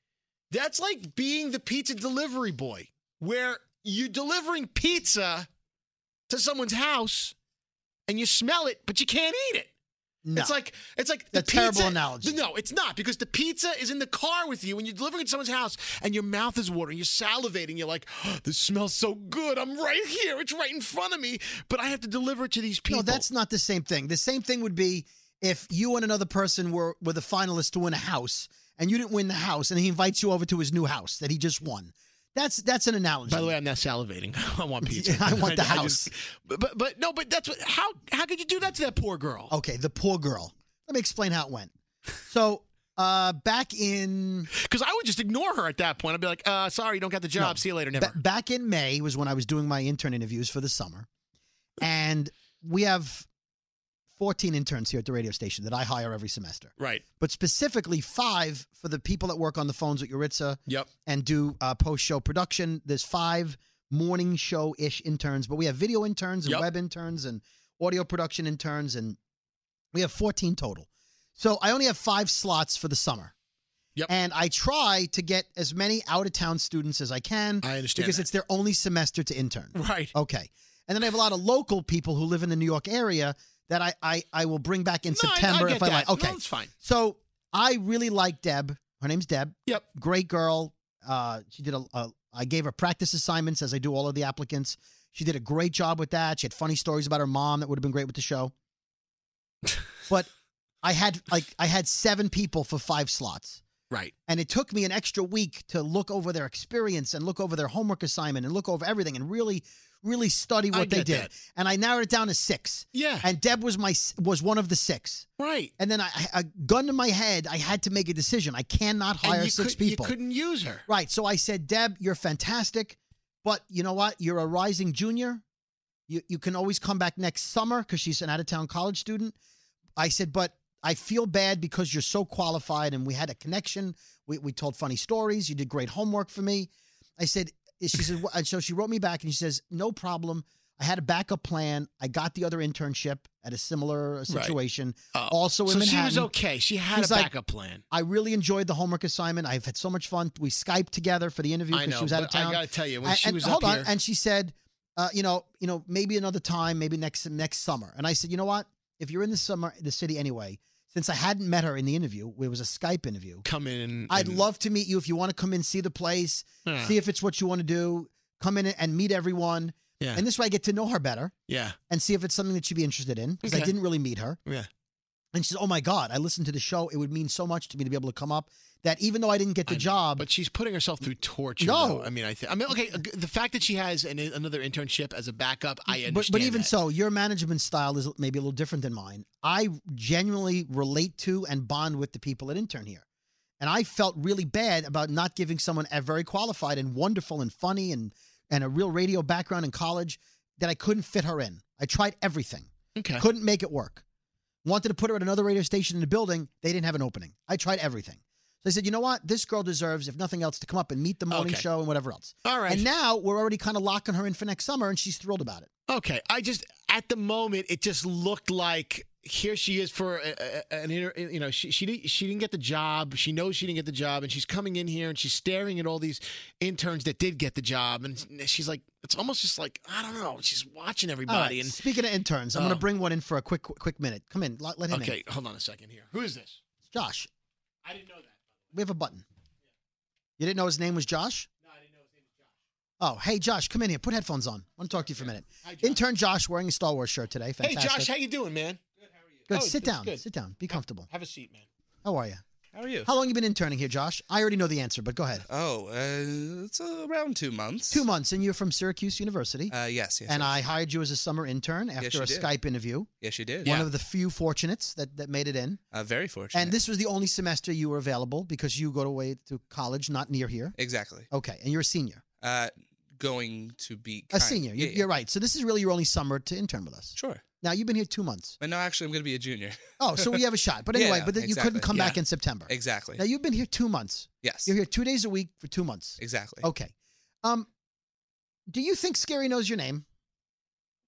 S1: that's like being the pizza delivery boy where you're delivering pizza to someone's house and you smell it but you can't eat it.
S2: No.
S1: It's like it's like
S2: A terrible analogy.
S1: No, it's not because the pizza is in the car with you and you're delivering it to someone's house and your mouth is watering, you're salivating, you're like, "Oh, "This smells so good. I'm right here. It's right in front of me, but I have to deliver it to these people."
S2: No, that's not the same thing. The same thing would be if you and another person were were the finalists to win a house, and you didn't win the house, and he invites you over to his new house that he just won. That's that's an analogy.
S1: By the way, I'm not salivating. I want pizza.
S2: Yeah, I want the
S1: just- but- but but no, but that's what. How how could you do that to that poor girl?
S2: okay, the poor girl. Let me explain how it went. So, uh, back in
S1: Because I would just ignore her at that point. I'd be like, uh, sorry, you don't got the job. See you later. Never.
S2: ba- back in May was when I was doing my intern interviews for the summer, and we have 14 interns here at the radio station that I hire every semester,
S1: right.
S2: but specifically five for the people that work on the phones at Uritza
S1: Yep.
S2: and do uh, post show production. There's five morning show ish interns, but we have video interns and
S1: Yep.
S2: web interns and audio production interns, and we have 14 total. So I only have five slots for the summer.
S1: Yep.
S2: And I try to get as many out of town students as I can
S1: I understand.
S2: because
S1: that.
S2: it's their only semester to intern.
S1: right.
S2: Okay. And then I have a lot of local people who live in the New York area that I, I, I will bring back in
S1: No, I-
S2: September
S1: I, get
S2: if I
S1: that.
S2: like. Okay.
S1: No, it's fine.
S2: So I really like Deb. Her name's Deb.
S1: Yep.
S2: Great girl. Uh, she did a, a. I gave her practice assignments as I do all of the applicants. She did a great job with that. She had funny stories about her mom that would have been great with the show. but I had like I had seven people for five slots.
S1: Right.
S2: And it took me an extra week to look over their experience and look over their homework assignment and look over everything and really, really study
S1: I
S2: what they
S1: get
S2: did.
S1: that.
S2: And I narrowed it down to six.
S1: Yeah.
S2: And Deb was my s- was one of the six.
S1: right.
S2: And then I, I- a gun to my head, I had to make a decision. I cannot
S1: And
S2: hire
S1: you
S2: six
S1: could-
S2: people.
S1: You couldn't use her.
S2: Right. So I said, Deb, you're fantastic, but you know what? You're a rising junior. You you can always come back next summer because she's an out of town college student. I said, but I feel bad because you're so qualified and we had a connection. We we told funny stories. You did great homework for me. I said, she said, "What-" and so she wrote me back and she says, no problem. I had a backup plan. I got the other internship at a similar situation.
S1: Oh.
S2: Also in
S1: so
S2: Manhattan.
S1: she was okay. She had
S2: She's
S1: a
S2: like-
S1: backup plan.
S2: I really enjoyed the homework assignment. I've had so much fun. We Skyped together for the interview
S1: I
S2: because
S1: know.
S2: she was out of
S1: but
S2: town.
S1: I gotta tell you, when
S2: and,
S1: she
S2: and
S1: was
S2: hold
S1: up
S2: on,
S1: here,
S2: and she said, uh, you know, you know, maybe another time, maybe next next summer. And I said, you know what? If you're in the summer, the city anyway, since I hadn't met her in the interview, it was a Skype interview.
S1: come in.
S2: I'd
S1: and-
S2: love to meet you if you want to come in, see the place,
S1: Yeah.
S2: see if it's what you want to do. Come in and meet everyone,
S1: Yeah.
S2: and this way I get to know her better
S1: yeah.
S2: and see if it's something that you'd be interested in because I
S1: Okay.
S2: didn't really meet her.
S1: Yeah.
S2: And she said, "Oh my God, I listened to the show. It would mean so much to me to be able to come up. That even though I didn't get the
S1: I know,
S2: job,
S1: Uh,
S2: e,
S1: But she's putting herself through torture.
S2: No.
S1: though. I mean, I think. I mean, okay, uh, the fact that she has an, another internship as a backup, I understand.
S2: but, but even
S1: that.
S2: so, your management style is maybe a little different than mine. I genuinely relate to and bond with the people at Intern here. And I felt really bad about not giving someone a very qualified and wonderful and funny and, and a real radio background in college that I couldn't fit her in. I tried everything,
S1: okay,
S2: couldn't make it work. Wanted to put her at another radio station in the building. They didn't have an opening. I tried everything. So I said, you know what? This girl deserves, if nothing else, to come up and meet the morning
S1: Okay.
S2: show and whatever else.
S1: all right,
S2: And now we're already kind of locking her in for next summer, and she's thrilled about it.
S1: okay. I just at the moment it just looked like here she is for a, a, an inter, you know she she didn't she didn't get the job. She knows she didn't get the job, and she's coming in here and she's staring at all these interns that did get the job, and she's like, it's almost just like I don't know. She's watching
S2: All
S1: everybody,
S2: right, Speaking of interns, I'm going
S1: Oh.
S2: to bring one in for a quick, quick, quick minute. Come in. Let, let him
S1: and
S2: in.
S1: okay, hold on a second here. Who is this?
S2: Josh,
S1: I didn't know that.
S2: we have a button. You didn't know his name was Josh?
S1: No, I didn't know his name was Josh.
S2: Oh, hey, Josh, come in here. Put headphones on. I want to talk to you for a minute.
S1: Hi, Josh.
S2: Intern Josh wearing a Star Wars shirt today. Fantastic.
S1: Hey, Josh, how you doing, man?
S2: Good.
S1: oh,
S2: sit
S1: that's
S2: down.
S1: good.
S2: Sit down. Be comfortable.
S1: Have a seat, man.
S2: How are you?
S4: How are you?
S2: How long you been interning here, Josh? I already know the answer, but go ahead.
S4: Oh, uh, it's uh, around two months.
S2: Two months, and you're from Syracuse University.
S4: Uh, yes, yes.
S2: and
S4: yes.
S2: I hired you as a summer intern after
S4: you
S2: a
S4: did.
S2: Skype interview.
S4: Yes, you did.
S2: One of the few fortunates that, that made it in.
S4: Uh, very fortunate.
S2: And this was the only semester you were available because you go away to college, not near here.
S4: Exactly.
S2: Okay, and you're a senior.
S4: Uh, going to be
S2: A
S4: kind-
S2: senior.
S4: Yeah,
S2: You're,
S4: yeah.
S2: you're right. So this is really your only summer to intern with us.
S4: Sure.
S2: Now you've been here two months.
S4: But no, actually, I'm going to be a junior.
S2: Oh, so we have a shot. But anyway,
S4: Yeah,
S2: but then you couldn't
S4: exactly.
S2: come back
S4: Yeah.
S2: in September.
S4: exactly.
S2: Now you've been here two months.
S4: yes.
S2: You're Oh, here two days a week for two months.
S4: Exactly.
S2: Okay. Um, do you think Scary knows your name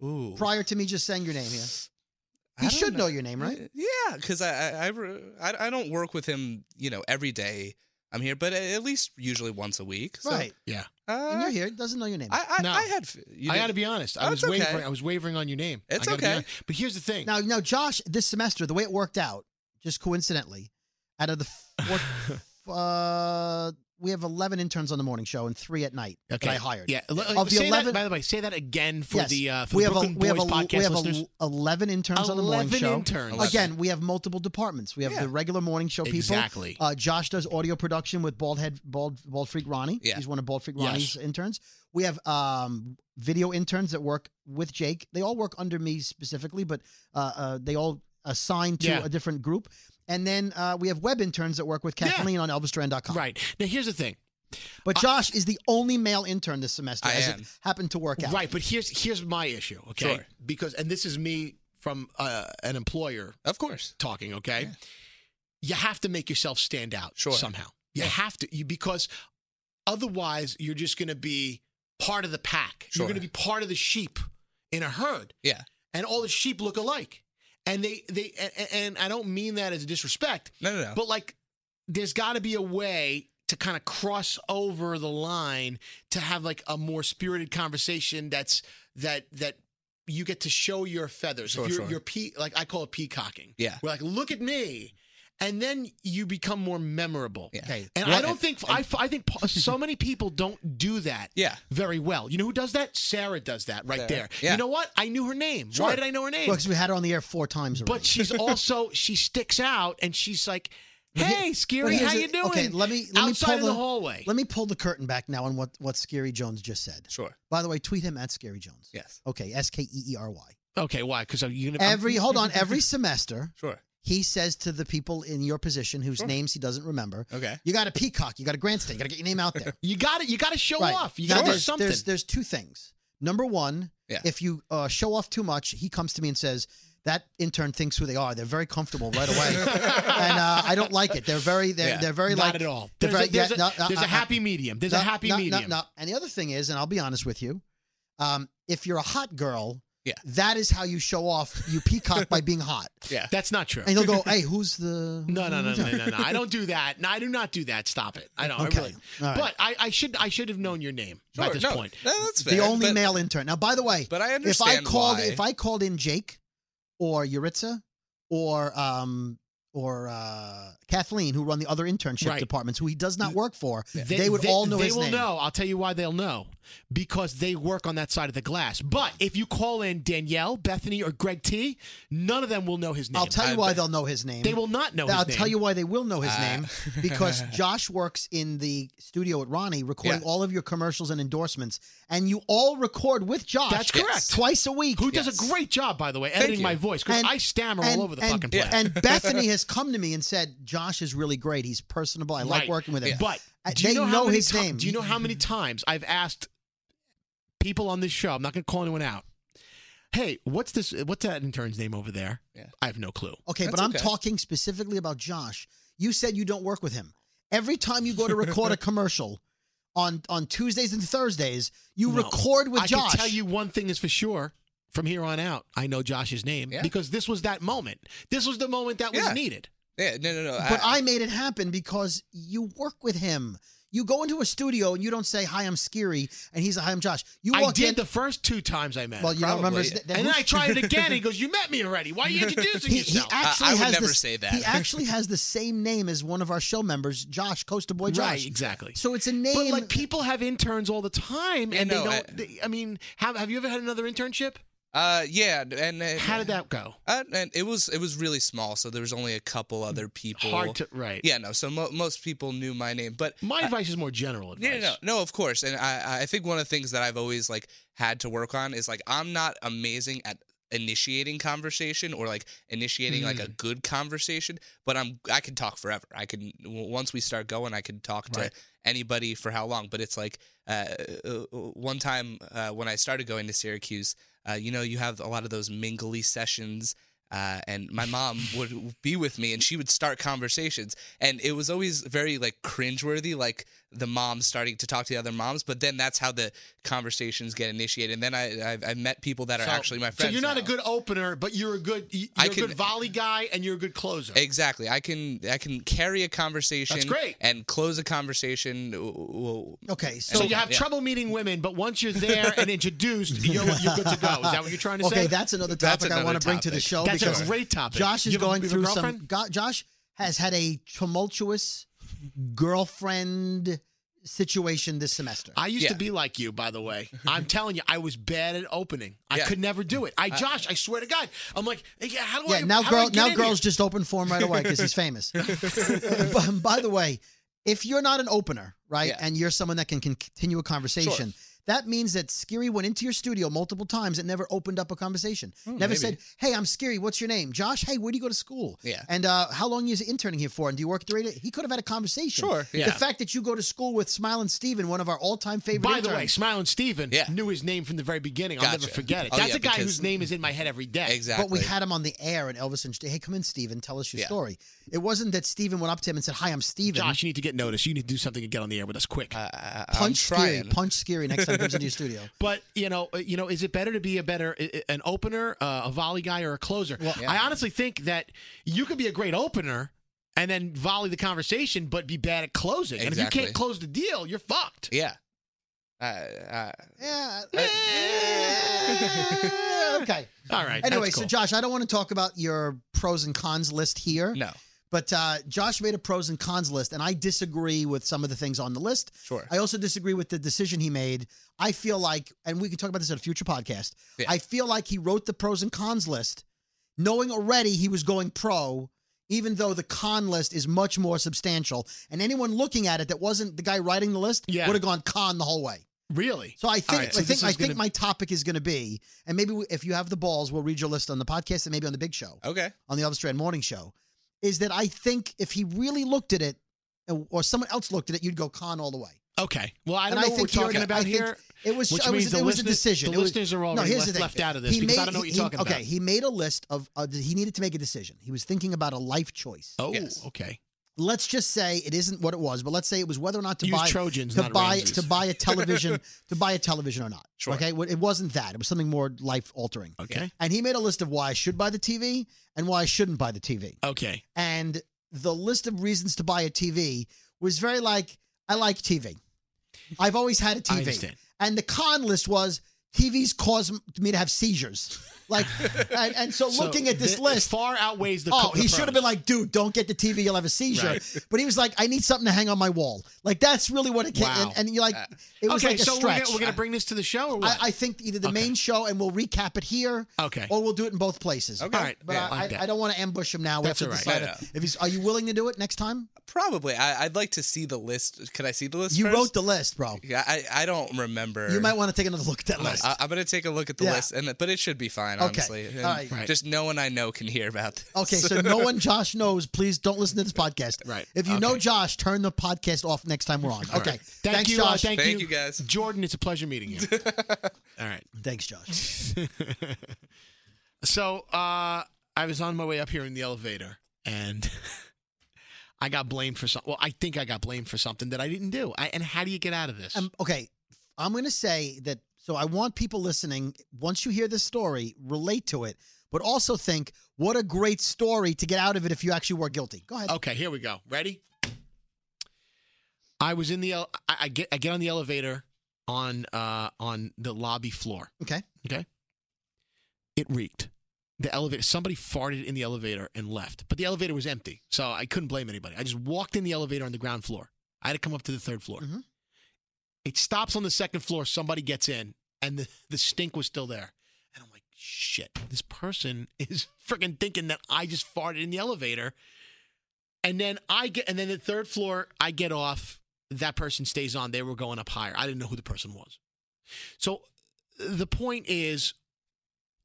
S4: Ooh.
S2: prior to me just saying your name here? He
S4: I don't Uh,
S2: should know. your name, right?
S4: Yeah, because I I, I re- I I don't work with him, you know, every day. I'm here, but at least usually once a week. So,
S2: right. and
S4: Uh,
S2: you're here. Doesn't know your name.
S4: I I,
S1: No.
S4: I had. f- You
S1: I
S4: did-
S1: got to be honest. I
S4: Oh,
S1: was
S4: it's okay.
S1: wavering. I was wavering on your name. I
S4: It's
S1: gotta be
S4: okay.
S1: honest. But here's the thing.
S2: now, now, Josh, this semester, the way it worked out, just coincidentally, out of the four, uh, we have eleven interns on the morning show and three at night that I hired.
S1: Yeah. le-
S2: Of the
S1: say
S2: 11
S1: that, by the way, say that again for
S2: Yes.
S1: the uh, for
S2: we
S1: the
S2: have
S1: Brooklyn
S2: a, we have
S1: Boys
S2: a,
S1: podcast
S2: we have a
S1: listeners.
S2: l- eleven interns on the morning
S1: Eleven
S2: show.
S1: interns.
S4: Eleven.
S2: Again, we have multiple departments. We have
S4: Yeah.
S2: the regular morning show people.
S1: Exactly.
S2: Uh, Josh does audio production with Bald Head, Bald, Bald Freak Ronnie.
S4: Yeah.
S2: He's one of Bald Freak
S1: Yes.
S2: Ronnie's interns. We have um, video interns that work with Jake. They all work under me specifically, but uh, uh, they all assign to
S1: Yeah.
S2: a different group. And then uh, we have web interns that work with
S1: Yeah.
S2: Kathleen on ElvisDuran.com.
S1: right. Now here's the thing.
S2: But Josh is the only male intern this semester,
S4: I
S2: as
S4: am.
S2: it happened to work out.
S1: Right, but here's here's my issue, okay?
S4: Sure.
S1: Because and this is me from uh, an employer
S4: Of course.
S1: talking, okay?
S4: Yeah.
S1: You have to make yourself stand out
S4: Sure.
S1: somehow. You have to you, because otherwise you're just going to be part of the pack. You're
S4: Sure.
S1: going to be part of the sheep in a herd.
S4: Yeah.
S1: And all the sheep look alike. And they they and, and I don't mean that as a disrespect,
S4: No, no, no.
S1: but like, there's got to be a way to kind of cross over the line to have like a more spirited conversation. That's that that you get to show your feathers.
S4: Sure,
S1: if you're,
S4: sure.
S1: you're pe- like I call it peacocking.
S4: Yeah.
S1: We're like, look at me, and then you become more memorable.
S4: Yeah.
S2: Okay.
S1: And I
S2: What-
S1: don't think I, I think pa- so many people don't do that
S4: yeah.
S1: very well. You know who does that? Sarah does that right
S4: Sarah.
S1: there.
S4: Yeah.
S1: You know what? I knew her name. Why
S4: Sure.
S1: did I know her name?
S2: Well, 'cause we had her on the air four times already.
S1: but she's also she sticks out and she's like
S2: But he-
S1: hey
S2: But
S1: scary how
S2: here's
S1: you
S2: the-
S1: doing
S2: Okay, let me let me
S1: outside
S2: pull
S1: in the, hallway
S2: Let me pull the curtain back now on what what Scary Jones just said.
S4: Sure.
S2: By the way, tweet him at Scary Jones.
S4: Yes.
S2: Okay, S K E E R Y.
S1: okay why because you gonna
S2: Every hold on, every semester
S4: Sure.
S2: he says to the people in your position whose
S4: Sure.
S2: names he doesn't remember,
S4: Okay.
S2: "You got a peacock, you got a grandstand, you got to get your name out there."
S1: you got it you got to show
S2: Right.
S1: off you
S2: Now,
S1: got to do
S2: there's,
S1: something
S2: There's there's two things. Number one,
S4: Yeah.
S2: if you uh, show off too much, he comes to me and says. That intern thinks who they are. They're very comfortable right away, and uh, I don't like it. They're very, they're,
S4: Yeah.
S2: they're very
S1: not
S2: like
S1: at all
S2: they're
S1: there's,
S2: very-
S1: a, there's,
S2: yeah,
S1: a,
S2: no, no,
S1: there's
S2: uh,
S1: a happy medium there's a
S2: No,
S1: happy
S2: no, no,
S1: medium
S2: no. And the other thing is, and I'll be honest with you, um, if you're a hot girl,
S4: Yeah.
S2: that is how you show off. You peacock by being hot,
S4: Yeah.
S1: that's not true
S2: and you'll go, "Hey, who's the?"
S1: no no no
S2: who's
S1: no
S2: the-"
S1: no no I don't do that no I do not do that stop it I don't
S2: Okay,
S1: I really
S2: all right.
S1: but I, I should I should have known your name
S4: Sure.
S1: at this
S4: no,
S1: point
S4: no, that's
S2: the
S4: fair,
S2: only
S4: but,
S2: male intern. Now, by the way,
S4: But I
S2: if I
S4: understand
S2: called,
S4: why.
S2: if I called in Jake or Yuritsa or um or uh, Kathleen, who run the other internship
S1: Right.
S2: departments, who he does not work for, they would all know
S1: They
S2: his
S1: will
S2: name.
S1: know. I'll tell you why they'll know because they work on that side of the glass. But if you call in Danielle, Bethany, or Greg T, none of them will know his name.
S2: I'll tell you
S4: I
S2: why
S4: bet.
S2: they'll know his name.
S1: they will not know.
S2: I'll
S1: his name. Uh,
S2: tell you why they will know his
S4: Ah.
S2: name because Josh works in the studio at Ronnie, recording
S4: Yeah.
S2: all of your commercials and endorsements, and you all record with Josh.
S1: That's
S4: Yes.
S1: correct.
S2: Twice a week.
S1: Who does a
S4: Yes.
S1: great job, by the way, editing
S4: you.
S1: my voice because
S2: And-
S1: I stammer
S2: and-
S1: all over the
S2: and-
S1: fucking place.
S2: And Bethany has come to me and said, "Josh is really great. He's personable. I like
S1: Right.
S2: working with him."
S1: But
S2: I-
S1: do you
S2: they
S1: know,
S2: know
S1: how many
S2: his
S1: ti-
S2: name.
S1: Do you know how many times I've asked people on this show? I'm not going to call anyone out. Hey, what's this? What's that intern's name over there?
S4: Yeah.
S1: I have no clue.
S2: Okay, but
S4: That's
S2: I'm
S4: okay.
S2: talking specifically about Josh. You said you don't work with him. Every time you go to record a commercial on on Tuesdays and Thursdays, you
S1: No.
S2: record with
S1: I
S2: Josh.
S1: can tell you one thing is for sure. From here on out, I know Josh's name
S4: Yeah.
S1: because this was that moment. This was the moment that was
S4: Yeah.
S1: needed.
S4: yeah, no, no, no.
S2: But I made it happen because you work with him. You go into a studio and you don't say, "Hi, I'm Skiri," and he's, "Hi, I'm Josh." You
S1: I
S2: walk
S1: did
S2: in.
S1: the first two times I met.
S2: well,
S1: him.
S2: you don't remember. His,
S4: Probably.
S2: then
S1: and then
S2: who-
S1: I tried it again. He goes, "You met me already. Why are you introducing
S2: He, he
S1: yourself?"
S2: actually
S4: I would
S2: has
S4: never
S2: this-
S4: say that.
S2: He actually has the same name as one of our show members, Josh Costa Boy Josh.
S1: Right, exactly.
S2: So it's a name.
S1: But like people have interns all the time,
S4: Yeah,
S1: and
S4: no,
S1: they
S4: I-
S1: don't. they, I mean, have have you ever had another internship?
S4: uh, yeah, and uh,
S1: How did that go?
S4: Uh, and it was it was really small, so there was only a couple other people.
S1: Hard to right.
S4: Yeah, no. So mo- most people knew my name, but
S1: My advice is more general advice.
S4: Yeah, no, no, of course. And I, I think one of the things that I've always like had to work on is like I'm not amazing at initiating conversation or like initiating like a good conversation, but I'm I can talk forever. I can w- once we start going, I can talk to
S1: Right.
S4: anybody for how long. But it's like uh, uh, one time uh, when I started going to Syracuse, uh, you know, you have a lot of those mingly sessions. Uh, and my mom would be with me and she would start conversations and it was always very like cringeworthy like the moms starting to talk to the other moms, but then that's how the conversations get initiated. And then I I've, I've met people that are
S1: So-
S4: actually my
S1: So
S4: friends.
S1: you're not a
S4: now.
S1: good opener, but you're a good you're
S4: I
S1: a
S4: can-
S1: good volley guy and you're a good closer.
S4: Exactly. I can I can carry a conversation.
S1: great.
S4: And close a conversation. w- w-
S2: Okay,
S1: so
S2: so
S1: you have
S4: yeah.
S1: trouble meeting women, but once you're there and introduced, you're, you're good to go. Is that what you're trying to
S2: okay,
S1: say?
S2: that's another topic
S4: That's
S2: I want
S4: another
S2: to bring to the
S4: topic.
S2: show
S1: That's
S2: because
S1: a great topic.
S2: Josh is
S1: You have a-
S2: going
S1: you have a
S2: through
S1: girlfriend?
S2: some. Go- Josh has had a tumultuous girlfriend situation this semester.
S1: I used to
S4: Yeah.
S1: be like you, by the way. I'm telling you, I was bad at opening. I
S4: Yeah. Uh,
S1: could never do it. I, Josh, I swear to God, I'm like, hey, how do
S2: yeah,
S1: I?
S2: now
S1: how do I
S2: girl,
S1: get
S2: now
S1: in
S2: girls just open for him right away because he's famous. but by the way, if you're not an opener, right,
S4: Yeah.
S2: and you're someone that can, can continue a conversation, that means that Skiri went into your studio multiple times and never opened up a conversation. never
S4: maybe.
S2: said, "Hey, I'm Skiri. What's your name, Josh? Hey, where do you go to school?
S4: Yeah.
S2: and uh, how long you interning here for? And do you work at the radio?" He could have had a conversation.
S4: Sure,
S2: The
S4: yeah.
S2: fact that you go to school with Smile and Steven, one of our all-time favorite.
S1: By the way,
S2: interns-
S1: Smiling Steven
S4: Yeah.
S1: knew his name from the very beginning. I'll never
S4: Gotcha.
S1: forget it.
S4: Oh,
S1: That's
S4: yeah,
S1: a guy
S4: because-
S1: whose name is in my head every day.
S4: Exactly.
S2: But we had him on the air, and Elvis and hey, come in, Steven, tell us your
S4: Yeah.
S2: story. It wasn't that Steven went up to him and said, "Hi, I'm Steven."
S1: Josh, you need to get noticed. You need to do something and get on the air with us quick.
S4: I- I- I'm
S2: punch
S4: trying.
S2: Skiri, punch Skiri next time he comes into your studio.
S1: But you know, uh, you know, is it better to be a better i- i- an opener, uh, a volley guy, or a closer?
S2: Well,
S1: I honestly think that you could be a great opener and then volley the conversation, but be bad at closing. And if you
S4: Exactly.
S1: can't close the deal, you're fucked.
S4: yeah. Uh, uh,
S2: Yeah.
S4: I-
S2: okay.
S1: All right.
S2: Anyway,
S1: that's
S2: so
S1: cool.
S2: Josh, I don't want to talk about your pros and cons list here,
S4: no.
S2: but uh, Josh made a pros and cons list, and I disagree with some of the things on the list.
S4: Sure.
S2: I also disagree with the decision he made. I feel like, and we can talk about this at a future podcast.
S4: Yeah.
S2: I feel like he wrote the pros and cons list, knowing already he was going pro, even though the con list is much more substantial. And anyone looking at it that wasn't the guy writing the list
S1: Yeah.
S2: would have gone con the whole way.
S1: really,
S2: So I think
S4: right,
S1: so
S2: I
S1: this
S2: think I
S1: is
S2: think
S1: gonna-
S2: my topic is going to be, and maybe we, if you have the balls, we'll read your list on the podcast and maybe on the big show
S1: Oh.
S4: Okay.
S2: on the Elvis Strand Morning Show, is that I think if he really looked at it, or someone else looked at it, you'd go con all the way.
S1: okay. Well, I don't know
S2: And
S1: what
S2: I
S1: we're
S2: think he
S1: talking
S2: already- I
S1: about
S2: think
S1: here,
S2: It was
S1: which
S2: it
S1: means
S2: was,
S1: the
S2: it was a
S1: listers-
S2: decision.
S1: The
S2: It was-
S1: listeners are
S2: no,
S1: already
S2: here's
S1: left,
S2: the thing.
S1: left out of this
S2: He
S1: because
S2: made-
S1: I don't know what you're
S2: he-
S1: talking
S2: Okay, he made a list of uh, he needed to make a decision. He was thinking about a life choice.
S1: about. Oh,
S4: Yes.
S1: okay.
S2: Let's just say it isn't what it was, but let's say it was whether or not to
S1: Use
S2: buy
S1: Trojans,
S2: to
S1: not
S2: buy
S1: Ramses.
S2: to buy a television to buy a television or not.
S4: Sure.
S2: Okay, Well, it wasn't that. It was something more life altering.
S1: Okay.
S2: And he made a list of why I should buy the TV and why I shouldn't buy the TV.
S1: Okay.
S2: And the list of reasons to buy a TV was very like I like TV. I've always had a
S1: I
S2: TV.
S1: understand.
S2: and the con list was TVs cause m- me to have seizures. Like, and, and so,
S1: So
S2: looking at this
S1: the-
S2: list,
S1: far outweighs the.
S2: oh,
S1: co- the
S2: he should have
S1: pros.
S2: been like, dude, don't get the TV, you'll have a seizure. But he was like, I need something to hang on my wall. Like, that's really what it came.
S1: Wow. Uh,
S2: And, and you're like, it was
S1: okay,
S2: like a
S1: so we're
S2: stretch.
S1: gonna, we're gonna bring this to the show or what?
S2: I, I think either the
S1: Okay.
S2: main show and we'll recap it here,
S1: okay.
S2: or we'll do it in both places.
S4: Okay.
S1: All right.
S2: But
S1: yeah,
S2: I,
S1: like
S2: I,
S1: that.
S2: I don't want to ambush him now. We
S1: That's
S2: have to
S1: all
S2: decide
S1: right.
S4: No, no.
S2: if he's. Are you willing to do it next time?
S4: Probably. I, I'd like to see the list. Could I see the list?
S2: You
S4: first?
S2: wrote the list, bro.
S4: Yeah. I, I don't remember.
S2: You might want to take another look at
S1: Oh,
S2: that list.
S1: uh,
S4: I, I'm gonna take a look at the
S2: Yeah.
S4: list, and but it should be fine,
S2: Okay.
S4: honestly. And
S2: All right.
S1: Right.
S4: Just no one I know can hear about this.
S2: Okay, so no one Josh knows, please don't listen to this podcast.
S1: Right.
S2: If you know
S1: Okay.
S2: Josh, turn the podcast off next time we're on. Okay.
S1: right. Thank
S2: Thanks,
S1: you, uh,
S2: Josh.
S1: thank,
S4: Thank you, guys.
S1: Jordan, it's a pleasure meeting you. All right.
S2: Thanks, Josh.
S1: so uh, I was on my way up here in the elevator, and I got blamed for something. Well, I think I got blamed for something that I didn't do. I, and how do you get out of this?
S2: Um, okay, I'm going to say that. So I want people listening, once you hear this story, relate to it, but also think, what a great story to get out of it if you actually were guilty. Go ahead.
S1: Okay, here we go. Ready? I was in the el- I, I get I get on the elevator on uh on the lobby floor.
S2: Okay.
S1: Okay. It reeked. The elevator somebody farted in the elevator and left. But the elevator was empty. So I couldn't blame anybody. I just walked in the elevator on the ground floor. I had to come up to the third floor.
S2: Mhm.
S1: It stops on the second floor, somebody gets in and the, the stink was still there. And I'm like, shit, this person is freaking thinking that I just farted in the elevator and then I get, and then the third floor, I get off. That person stays on. They were going up higher. I didn't know who the person was. So the point is,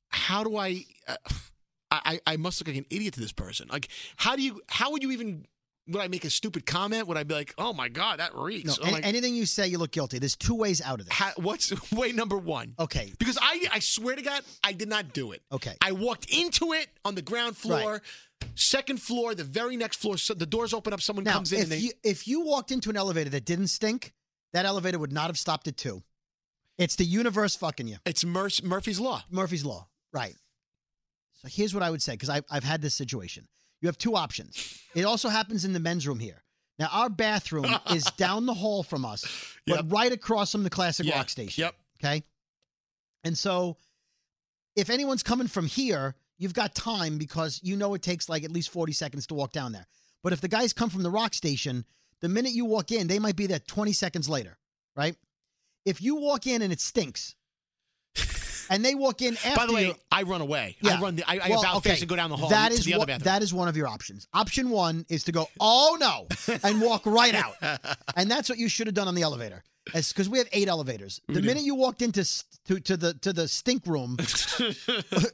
S1: how do I? Uh, I I I must look like an idiot to this person. Like, how do you? How would you even? Would I make a stupid comment? Would I be like, "Oh my god, that
S2: No,
S1: reeks"? oh
S2: an-
S1: my,
S2: anything you say, you look guilty. There's two ways out of this.
S1: how, what's way number one?
S2: okay.
S1: Because I I swear to God, I did not do it.
S2: Okay.
S1: I walked into it on the ground floor, Second floor, the very next floor, so the doors open up, someone
S2: Now,
S1: comes in
S2: if
S1: and they
S2: you if you walked into an elevator that didn't stink, that elevator would not have stopped at two. It's the universe fucking you.
S1: it's Mur- Murphy's Law.
S2: Murphy's Law. Right. So here's what I would say because I've, I've had this situation. You have two options. It also happens in the men's room here. Now, our bathroom is down the hall from us, but
S1: Yep.
S2: right across from the classic
S1: Yeah.
S2: rock station.
S1: Yep.
S2: Okay. And so if anyone's coming from here, you've got time because you know it takes like at least 40 seconds to walk down there. But if the guys come from the rock station, the minute you walk in, they might be there 20 seconds later, right? If you walk in and it stinks, and they walk in after
S1: By the way,
S2: you,
S1: I run away. I
S2: Yeah.
S1: run. The, I, I
S2: Well,
S1: about face
S2: okay,
S1: and go down the hall
S2: that
S1: to
S2: is
S1: the other
S2: what-
S1: bathroom.
S2: that is one of your options. Option one is to go, oh no, and walk right out. and that's what you should have done on the elevator, because we have eight elevators. The minute you walked into s- to, to the to the stink room,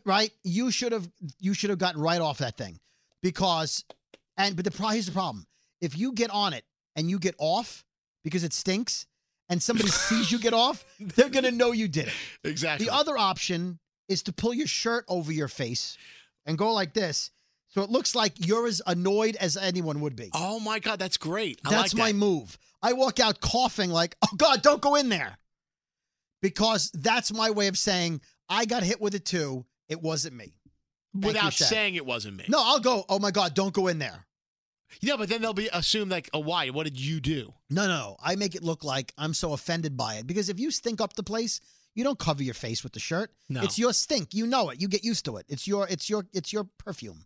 S2: right, you should have you should have gotten right off that thing, because, and but the pro- here's the problem: if you get on it and you get off because it stinks, and somebody sees you get off, they're gonna know you did it.
S1: exactly.
S2: The other option is to pull your shirt over your face and go like this. So it looks like you're as annoyed as anyone would be.
S1: oh my god, that's great. I
S2: That's
S1: like
S2: my
S1: that.
S2: move. I walk out coughing like, oh God, don't go in there. Because that's my way of saying, I got hit with it too. It wasn't me. you,
S1: without
S2: Shaq.
S1: saying it wasn't me.
S2: No, I'll go, oh my God, don't go in there.
S1: yeah, but then they'll be assumed like, oh, why? What did you do?
S2: No, no, I make it look like I'm so offended by it. Because if you stink up the place, you don't cover your face with the shirt.
S1: No.
S2: It's your stink. You know it. You get used to it. It's your it's your it's your perfume,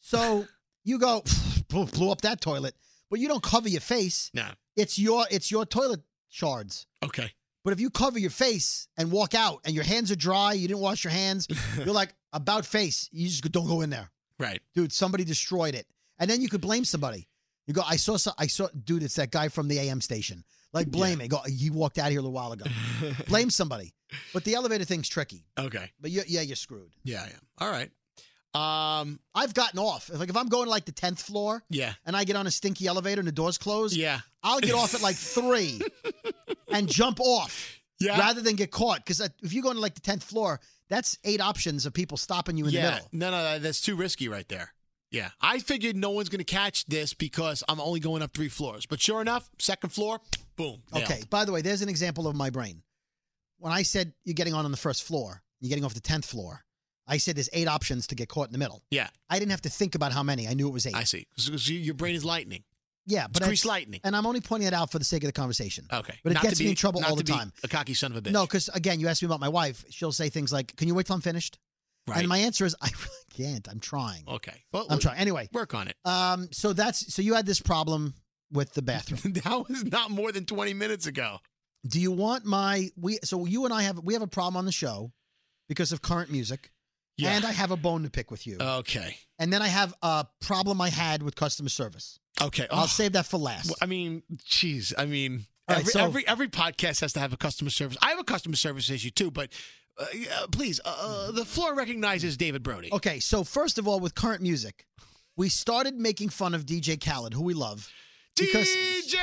S2: So you go blew, blew up that toilet, but you don't cover your face.
S1: No.
S2: It's your it's your toilet shards.
S1: Okay.
S2: But if you cover your face and walk out, and your hands are dry, you didn't wash your hands. you're like about face. You just go, don't go in there,
S1: Right.
S2: dude. Somebody destroyed it, and then you could blame somebody. You go, I saw, so, I saw, dude. It's that guy from the AM station. Like blame it. Go, you walked out here a little while ago. blame somebody. But the elevator thing's tricky.
S1: okay.
S2: But you yeah, you're screwed.
S1: Yeah, I am. All right. Um.
S2: I've gotten off. Like if I'm going to like the tenth floor,
S1: Yeah.
S2: and I get on a stinky elevator and the door's closed,
S1: Yeah.
S2: I'll get off at like three and jump off
S1: Yeah.
S2: rather than get caught. Because if you go into like the tenth floor, that's eight options of people stopping you in the
S1: yeah.
S2: middle.
S1: No, no, that's too risky right there. Yeah. I figured no one's gonna catch this because I'm only going up three floors. But sure enough, second floor, boom. nailed.
S2: Okay. By the way, there's an example of my brain. When I said you're getting on on the first floor, you're getting off the tenth floor. I said there's eight options to get caught in the middle.
S1: Yeah.
S2: I didn't have to think about how many. I knew it was eight.
S1: I see. 'Cause you- Your brain is lightning.
S2: yeah,
S1: It's
S2: but
S1: grease
S2: I,
S1: lightning.
S2: and I'm only pointing it out for the sake of the conversation.
S1: Okay.
S2: But it
S1: Not
S2: gets
S1: to
S2: me
S1: be-
S2: in trouble
S1: not
S2: all the
S1: to be
S2: time.
S1: A cocky son of a bitch.
S2: No, because again, you asked me about my wife. She'll say things like, "Can you wait till I'm finished?"
S1: Right. Oh,
S2: And my answer is, I really can't. I'm trying.
S1: okay. Well,
S2: I'm trying. Anyway,
S1: Work on it.
S2: um, so that's so you had this problem with the bathroom.
S1: that was not more than 20 minutes ago.
S2: Do you want my we? So you and I have we have a problem on the show because of current music, and I have a bone to pick with
S1: Uh,
S2: you,
S1: okay.
S2: and then I have a problem I had with customer service.
S1: Okay.
S2: I'll
S1: Oh,
S2: save that for last.
S1: I mean, jeez. I mean,
S2: All right,
S1: every,
S2: so-
S1: every every podcast has to have a customer service. I have a customer service issue too, but uh, yeah, please, uh, uh, the floor recognizes David Brody.
S2: okay, so first of all, with current music, we started making fun of DJ Khaled, who we love. because-
S1: DJ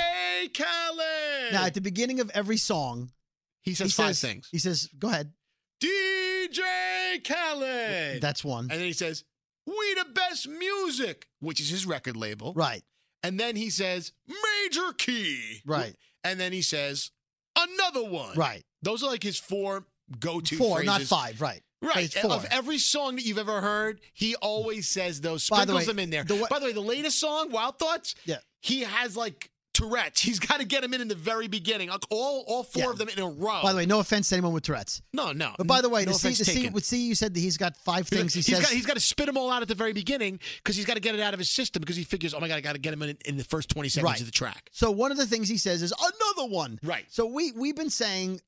S1: Khaled.
S2: Now, at the beginning of every song,
S1: he
S2: he
S1: says five
S2: says,
S1: things.
S2: he says, "Go ahead."
S1: DJ Khaled.
S2: That's one.
S1: and then he says, "We the best music," which is his record label.
S2: Right,
S1: And then he says, "Major key."
S2: right,
S1: And then he says, "Another one."
S2: right.
S1: Those are like his four go-to
S2: Four,
S1: phrases.
S2: not five. Right.
S1: Right. eh,
S2: It's four.
S1: Of every song that you've ever heard, he always says those,
S2: By
S1: sprinkles
S2: the way,
S1: them in there.
S2: the wa-
S1: By the way, the latest song, Wild Thoughts,
S2: Yeah.
S1: he has like Tourette's. He's got to get him in in the very beginning. Like all, all four
S2: Yeah.
S1: of them in a row.
S2: By the way, no offense to anyone with Tourette's.
S1: no, no.
S2: But by the way,
S1: Oh. no
S2: to see,
S1: offense
S2: to see,
S1: taken.
S2: with see, you said that he's got five
S1: He's
S2: things.
S1: got-
S2: he says,
S1: he's got to spit them all out at the very beginning because he's got to get it out of his system because he figures, oh my god, I got to get him in, in the first twenty seconds
S2: Right.
S1: of the track.
S2: so one of the things he says is another one.
S1: Right.
S2: So we we've been saying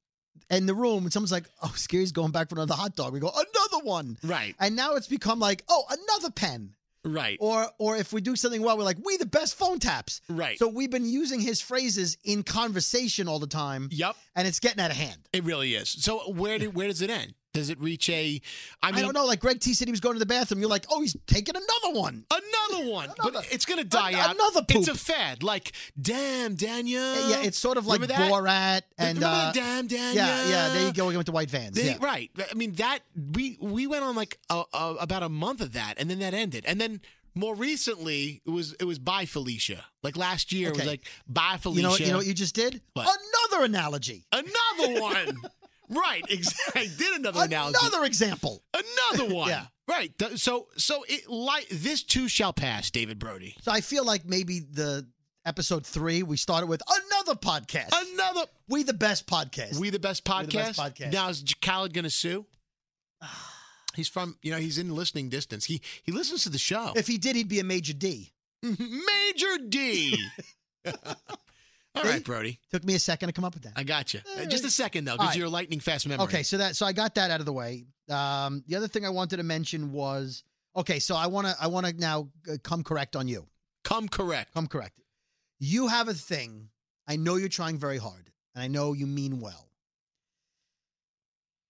S2: in the room, and someone's like, "Oh, Scary's going back for another hot dog." We go, "Another one,"
S1: Right.
S2: and now it's become like, "Oh, another pen."
S1: Right.
S2: Or or if we do something well, we're like, "We the best phone taps."
S1: Right.
S2: So we've been using his phrases in conversation all the time,
S1: yep.
S2: and it's getting out of hand.
S1: It really is. So where do, where does it end? Does it reach a? I
S2: I,
S1: mean,
S2: don't know. Like Greg T said, he was going to the bathroom. You're like, "Oh, he's taking another one."
S1: Another one, but
S2: Another-
S1: it's gonna die
S2: an-
S1: out.
S2: another poop.
S1: It's a fad. Like, damn, Daniel.
S2: Yeah, it's sort of like
S1: Uh, Remember that?
S2: Borat and
S1: remember
S2: uh,
S1: that damn Daniel.
S2: yeah, yeah. There you go again with the white vans.
S1: They-
S2: yeah.
S1: Right. I mean, that we we went on like a, a, about a month of that, and then that ended, and then More recently, it was it was by Felicia. Like last year, it was
S2: Okay.
S1: like by Felicia.
S2: You know, what, you know what you just did?
S1: What?
S2: Another analogy.
S1: Another one. right. Exactly. I did another analogy.
S2: Another example.
S1: Another one.
S2: Yeah.
S1: Right. th- So so it like this too shall pass, David Brody.
S2: So I feel like maybe the episode three we started with another podcast.
S1: Another
S2: we the best podcast.
S1: We the best
S2: the
S1: podcast.
S2: best podcast.
S1: Now is Khaled gonna sue? He's from you know, he's in listening distance. He he listens to the show.
S2: if he did, he'd be a major D.
S1: Major D. All right,
S2: See?
S1: Brody.
S2: Took me a second to come up with that.
S1: I got you.
S2: All right.
S1: Just a second though,
S2: All
S1: because
S2: right.
S1: you're a lightning fast memory.
S2: Okay, so that so I got that out of the way. Um, the other thing I wanted to mention was okay. So I want to I want to now uh, come correct on you.
S1: Come correct.
S2: Come correct. You have a thing. I know you're trying very hard, and I know you mean well.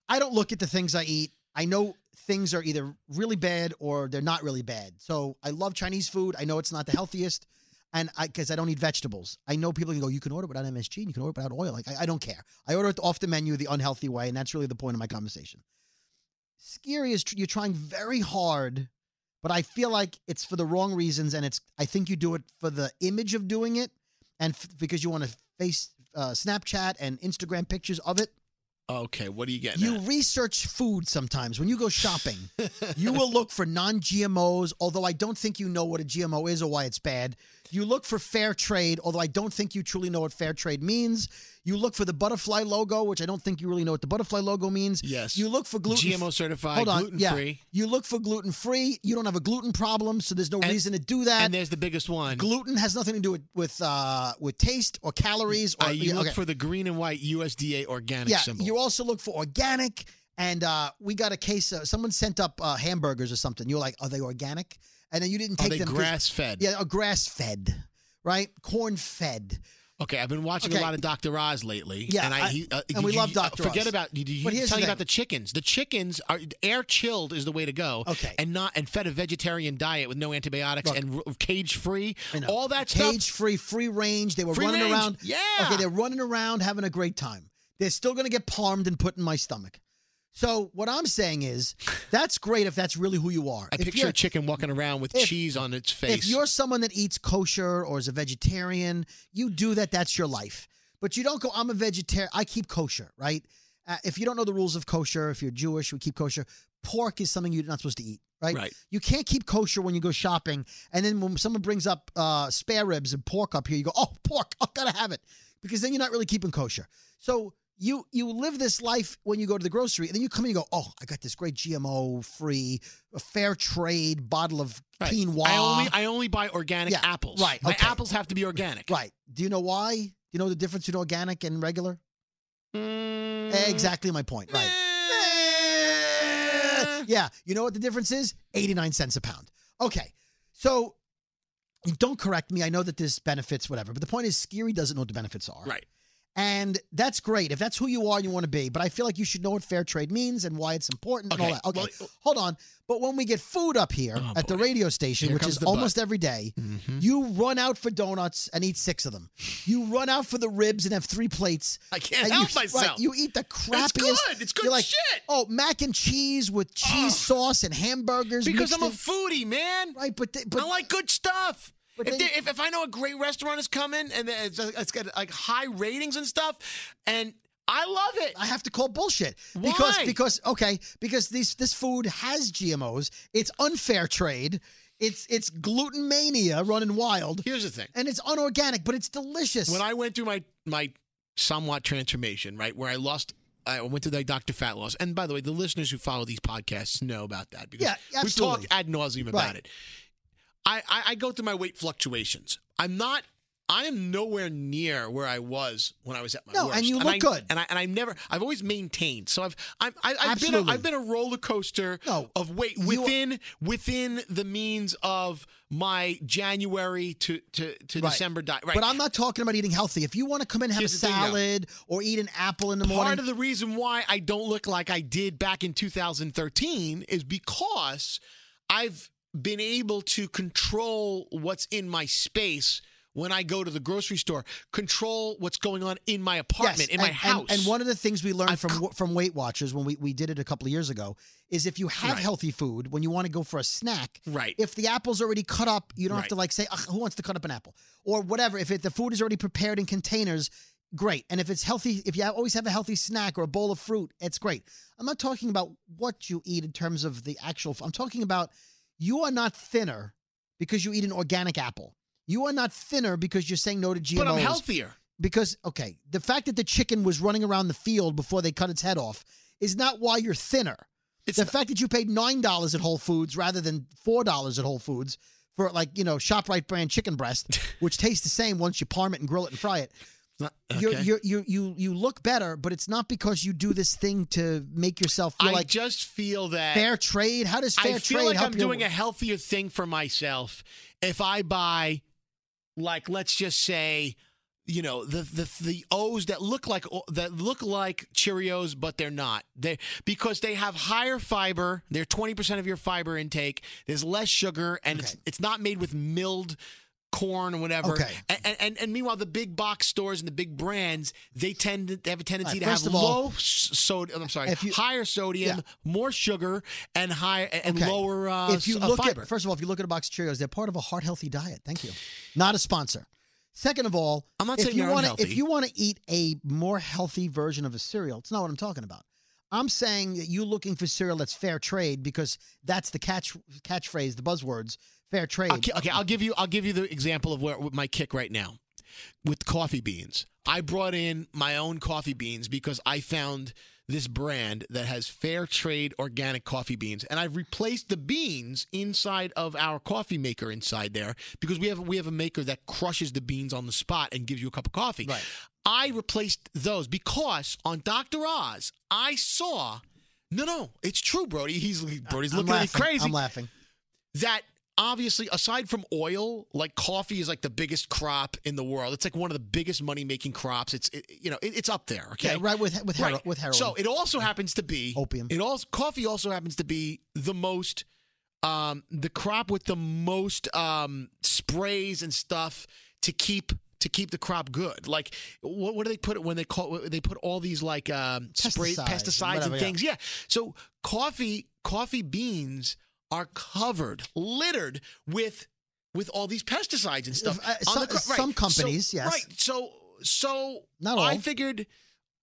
S2: I don't look at the things I eat. I know things are either really bad or they're not really bad. So I love Chinese food. I know it's not the healthiest, and I because I don't eat vegetables. I know people can go, you can order without MSG, and you can order without oil. Like I, I don't care. I order it off the menu the unhealthy way, and that's really the point of my conversation. Scary is tr- you're trying very hard but I feel like it's for the wrong reasons, and it's I think you do it for the image of doing it, and f- because you want to face uh, Snapchat and Instagram pictures of it.
S1: Okay, what are you getting
S2: You research food sometimes when you go shopping. you will look for non-GMOs, although I don't think you know what a GMO is or why it's bad. You look for fair trade, although I don't think you truly know what fair trade means. You look for the butterfly logo, which I don't think you really know what the butterfly logo means.
S1: Yes.
S2: You look for gluten
S1: GMO certified,
S2: Hold on,
S1: gluten
S2: yeah.
S1: free.
S2: You look for gluten free. You don't have a gluten problem, so there's no
S1: And-
S2: reason to do that.
S1: And there's the biggest one.
S2: gluten has nothing to do with with uh, with taste or calories. Or
S1: Uh, you
S2: yeah,
S1: look
S2: okay.
S1: for the green and white USDA organic
S2: yeah.
S1: symbol.
S2: You also look for organic. And uh, we got a case. Of, someone sent up uh, hamburgers or something. You're like, are they organic? And then you didn't
S1: Are
S2: take
S1: they
S2: them. 'cause-
S1: grass fed?
S2: Yeah, or grass fed, right? Corn fed.
S1: Okay, I've been watching a
S2: Okay.
S1: lot of Dr. Oz lately.
S2: Yeah,
S1: and I,
S2: I-
S1: he, uh,
S2: and we
S1: you-
S2: love
S1: you- uh,
S2: Dr.
S1: Forget
S2: Oz.
S1: about did you
S2: But
S1: tell
S2: here's the
S1: you
S2: thing.
S1: about the chickens. The chickens are air chilled is the way to go.
S2: Okay.
S1: and not and fed a vegetarian diet with no antibiotics
S2: Look.
S1: and cage free.
S2: I know.
S1: All that
S2: Cage
S1: stuff.
S2: free, free range. They were
S1: Free
S2: running
S1: range.
S2: around.
S1: Yeah.
S2: Okay, they're running around having a great time. They're still going to get palmed and put in my stomach. So what I'm saying is, that's great if that's really who you are.
S1: I
S2: If
S1: picture
S2: you're-
S1: a chicken walking around with
S2: if-
S1: cheese on its
S2: if
S1: face.
S2: you're someone that eats kosher or is a vegetarian, you do that. That's your life. But you don't go. I'm a vegetarian. I keep kosher, right? Uh, if you don't know the rules of kosher, if you're Jewish, we keep kosher. Pork is something you're not supposed to eat, right?
S1: Right.
S2: You can't keep kosher when you go shopping. And then when someone brings up uh, spare ribs and pork up here, you go, "Oh, pork! I gotta have it," because then you're not really keeping kosher. So you you live this life when you go to the grocery, and then you come and you go, "Oh, I got this great GMO-free, fair trade bottle of
S1: Right.
S2: quinoa."
S1: I only I only buy organic
S2: Yeah,
S1: apples.
S2: right,
S1: my
S2: okay.
S1: apples have to be organic.
S2: Right. Do you know why? Do you know the difference between organic and regular?
S1: Mm,
S2: Exactly my point. Right.
S1: eh.
S2: Yeah. You know what the difference is? 89 cents a pound. Okay. So don't correct me. I know that there's benefits, whatever. But the point is, Skiri doesn't know what the benefits are.
S1: Right.
S2: And that's great if that's who you are and you want to be. But I feel like you should know what fair trade means and why it's important and all
S1: Okay,
S2: that. Okay. Hold on. But when we get food up here
S1: Oh,
S2: at the
S1: boy.
S2: radio station,
S1: Here
S2: which
S1: comes
S2: is
S1: the
S2: almost every day,
S1: Mhm.
S2: you run out for donuts and eat six of them. You run out for the ribs and have three plates.
S1: I can't
S2: And
S1: help
S2: you,
S1: myself.
S2: Right, you eat the
S1: it's
S2: crappiest.
S1: good. It's good
S2: you're like,
S1: shit.
S2: Oh, mac and cheese with cheese sauce and hamburgers.
S1: Because I'm
S2: mixed
S1: a
S2: in.
S1: foodie, man.
S2: right, but they, but
S1: I like good stuff.
S2: But
S1: If,
S2: then-
S1: there- if, if I know a great restaurant is coming and it's, it's got like high ratings and stuff, and I love it.
S2: I have to call bullshit because
S1: Why?
S2: because okay because these this food has GMOs. It's unfair trade. It's it's gluten mania running wild,
S1: Here's the thing:
S2: and it's unorganic, but it's delicious.
S1: when I went through my my somewhat transformation, right, where I lost. I went to the Dr. Fat Loss. And by the way, the listeners who follow these podcasts know about that because
S2: Yeah,
S1: we've
S2: absolutely.
S1: talked ad nauseum about
S2: Right.
S1: it. I, I, I go through my weight fluctuations. I'm not, I am nowhere near where I was when I was at my
S2: No,
S1: worst.
S2: and you look
S1: I-
S2: good.
S1: And I, and I never, I've always maintained. So I've, I'm, I, I've, been a,
S2: Absolutely.
S1: I've been a roller coaster
S2: No,
S1: of weight
S2: you are-
S1: within, within the means of my January to, to, to
S2: Right.
S1: December diet. Right.
S2: But I'm not talking about eating healthy. If you want to come in and have
S1: Here's
S2: a
S1: the thing, though.
S2: salad or eat an apple in the
S1: part
S2: morning,
S1: of the reason why I don't look like I did back in 2013 is because I've been able to control what's in my space when I go to the grocery store, control what's going on in my apartment, in my
S2: and, and-
S1: house.
S2: And, one of the things we learned
S1: I've
S2: from
S1: c-
S2: from Weight Watchers when we, we did it a couple of years ago is if you have
S1: Right.
S2: healthy food, when you want to go for a snack,
S1: right.
S2: if the apple's already cut up, you don't have
S1: Right.
S2: to like say, Ugh, who wants to cut up an apple? Or whatever. If it, the food is already prepared in containers, great. And if it's healthy, if you always have a healthy snack or a bowl of fruit, it's great. I'm not talking about what you eat in terms of the actual, I'm talking about you are not thinner because you eat an organic apple. You are not thinner because you're saying no to GMOs
S1: but I'm healthier.
S2: because okay, the fact that the chicken was running around the field before they cut its head off is not why you're thinner.
S1: It's
S2: the
S1: not-
S2: fact that you paid nine dollars at Whole Foods rather than four dollars at Whole Foods for like you know Shoprite brand chicken breast, which tastes the same once you parm it and grill it and fry it.
S1: It's not-
S2: You're,
S1: okay.
S2: you're, you you you look better, but it's not because you do this thing to make yourself feel
S1: I
S2: like
S1: just feel that
S2: fair trade. How does fair
S1: I feel
S2: trade
S1: like
S2: help
S1: I'm
S2: you?
S1: doing a healthier thing for myself if I buy, like, let's just say, you know, the the the O's that look like that look like Cheerios, but they're not. They because they have higher fiber. They're twenty percent of your fiber intake. There's less sugar, and it's
S2: Okay.
S1: it's not made with milled corn or whatever.
S2: Okay.
S1: A- And, and and meanwhile, the big box stores and the big brands they tend to, they have a tendency to
S2: first
S1: have
S2: of all,
S1: low s- sodium. I'm sorry,
S2: if you-
S1: higher sodium, more sugar, and higher and
S2: Okay.
S1: lower uh,
S2: if you
S1: s- uh,
S2: look
S1: fiber.
S2: at first of all, if you look at a box of Cheerios, they're part of a heart healthy diet. Thank you. Not a sponsor. Second of all,
S1: I'm not
S2: if
S1: saying
S2: you
S1: they're
S2: wanna-
S1: unhealthy.
S2: if you want to eat a more healthy version of a cereal, it's not what I'm talking about. I'm saying that you looking for cereal that's fair trade because that's the catch catchphrase, the buzzwords, fair trade.
S1: okay, okay, I'll give you I'll give you the example of where with my kick right now with coffee beans. I brought in my own coffee beans because I found this brand that has fair trade organic coffee beans and I've replaced the beans inside of our coffee maker inside there because we have we have a maker that crushes the beans on the spot and gives you a cup of coffee.
S2: Right.
S1: I replaced those because on Dr. Oz I saw no no it's true Brody he's Brody's
S2: I'm
S1: looking at me
S2: laughing.
S1: crazy
S2: I'm laughing.
S1: that obviously aside from oil like coffee is like the biggest crop in the world it's like one of the biggest money making crops it's it, you know it, it's up there okay
S2: Yeah, right with with, hero, with heroin.
S1: so it also happens to be
S2: Opium.
S1: it also coffee also happens to be the most um the crop with the most um sprays and stuff to keep to keep the crop good like what, what do they put it when they call they put all these like um spray
S2: Pesticides and
S1: pesticides and,
S2: whatever, yeah.
S1: things yeah so coffee coffee beans are covered littered with with all these pesticides and stuff
S2: If, uh,
S1: on
S2: some-
S1: cro-
S2: some
S1: So-
S2: companies, yes.
S1: right so so
S2: Not
S1: i
S2: all.
S1: figured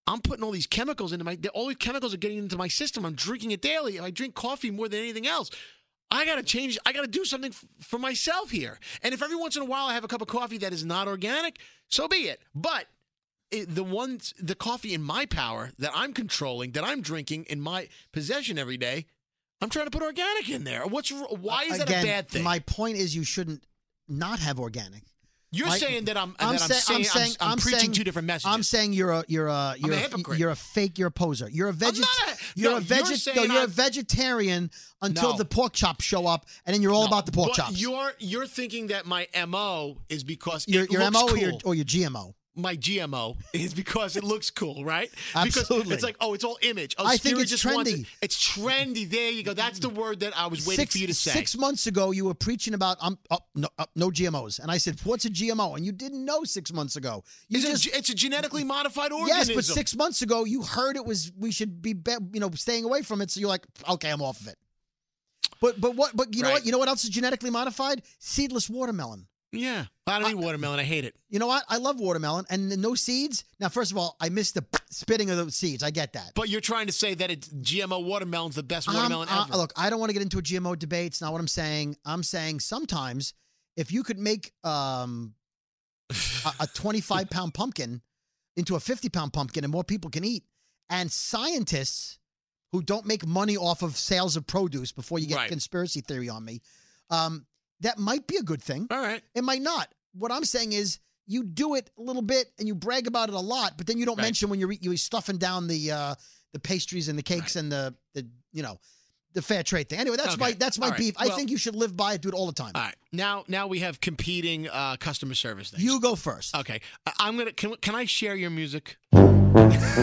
S1: I'm putting all these chemicals into my all these chemicals are getting into my system. I'm drinking it daily. I drink coffee more than anything else. I got to change. I got to do something f- for myself here. And if every once in a while I have a cup of coffee that is not organic, so be it. But it, the ones the coffee in my power that I'm controlling, that I'm drinking in my possession every day, I'm trying to put organic in there. What's wr- why is
S2: Again,
S1: that a bad thing?
S2: My point is you shouldn't not have organic.
S1: You're
S2: my-
S1: saying that I'm,
S2: I'm
S1: that
S2: say- I'm
S1: I'm saying I'm,
S2: saying-
S1: I'm
S2: I'm
S1: preaching
S2: saying-
S1: two different messages.
S2: I'm saying you're a you're a you're
S1: a
S2: a,
S1: hypocrite.
S2: you're a fake. You're a poser. You're a veget.
S1: not a-
S2: you're
S1: no,
S2: a
S1: you're
S2: veget. no,
S1: saying
S2: you're a
S1: I'm-
S2: vegetarian until
S1: No.
S2: the pork chops show up, and then you're all
S1: No,
S2: about the pork
S1: but
S2: chops.
S1: You're you're thinking that my mo is because
S2: your,
S1: it
S2: your
S1: looks
S2: MO
S1: cool.
S2: or your or your GMO.
S1: my GMO is because it looks cool, right? Because
S2: Absolutely.
S1: it's like oh, it's all image. Oh,
S2: I think
S1: Stewie
S2: it's
S1: just wants it.
S2: trendy.
S1: It's trendy. There you go. That's the word that I was waiting
S2: Six,
S1: for you to say.
S2: six months ago, you were preaching about um, oh, no, uh, no GMOs, and I said, "What's a GMO?" And you didn't know six months ago. You
S1: It's a
S2: just
S1: ge- it's a genetically modified
S2: yes,
S1: organism.
S2: but six months ago, you heard it was we should be, be you know staying away from it. So you're like, "Okay, I'm off of it." But but what but you know what
S1: Right.
S2: you know what else is genetically modified? Seedless watermelon.
S1: Yeah, I don't eat watermelon. I hate it.
S2: You know what? I love watermelon and the no seeds. Now, first of all, I missed the spitting of the seeds. I get that.
S1: But you're trying to say that it's GMO watermelon's the best
S2: I'm-
S1: watermelon
S2: uh,
S1: ever.
S2: look, I don't want to get into a GMO debate. It's not what I'm saying. I'm saying sometimes if you could make um, a, a 25 pound pumpkin into a 50 pound pumpkin and more people can eat, and scientists who don't make money off of sales of produce before you get
S1: Right.
S2: conspiracy theory on me, um, that might be a good thing.
S1: all right.
S2: It might not. What I'm saying is you do it a little bit and you brag about it a lot, but then you don't
S1: Right.
S2: mention when you're, you're stuffing down the uh, the pastries and the cakes and the, the you know the fair trade thing. Anyway, that's
S1: Okay.
S2: my that's my
S1: All right.
S2: beef. I
S1: Well-
S2: think you should live by it, do it all the time.
S1: All right. Now now we have competing uh, customer service things.
S2: You go first.
S1: Okay, I- I'm gonna. Can, can I share your music? this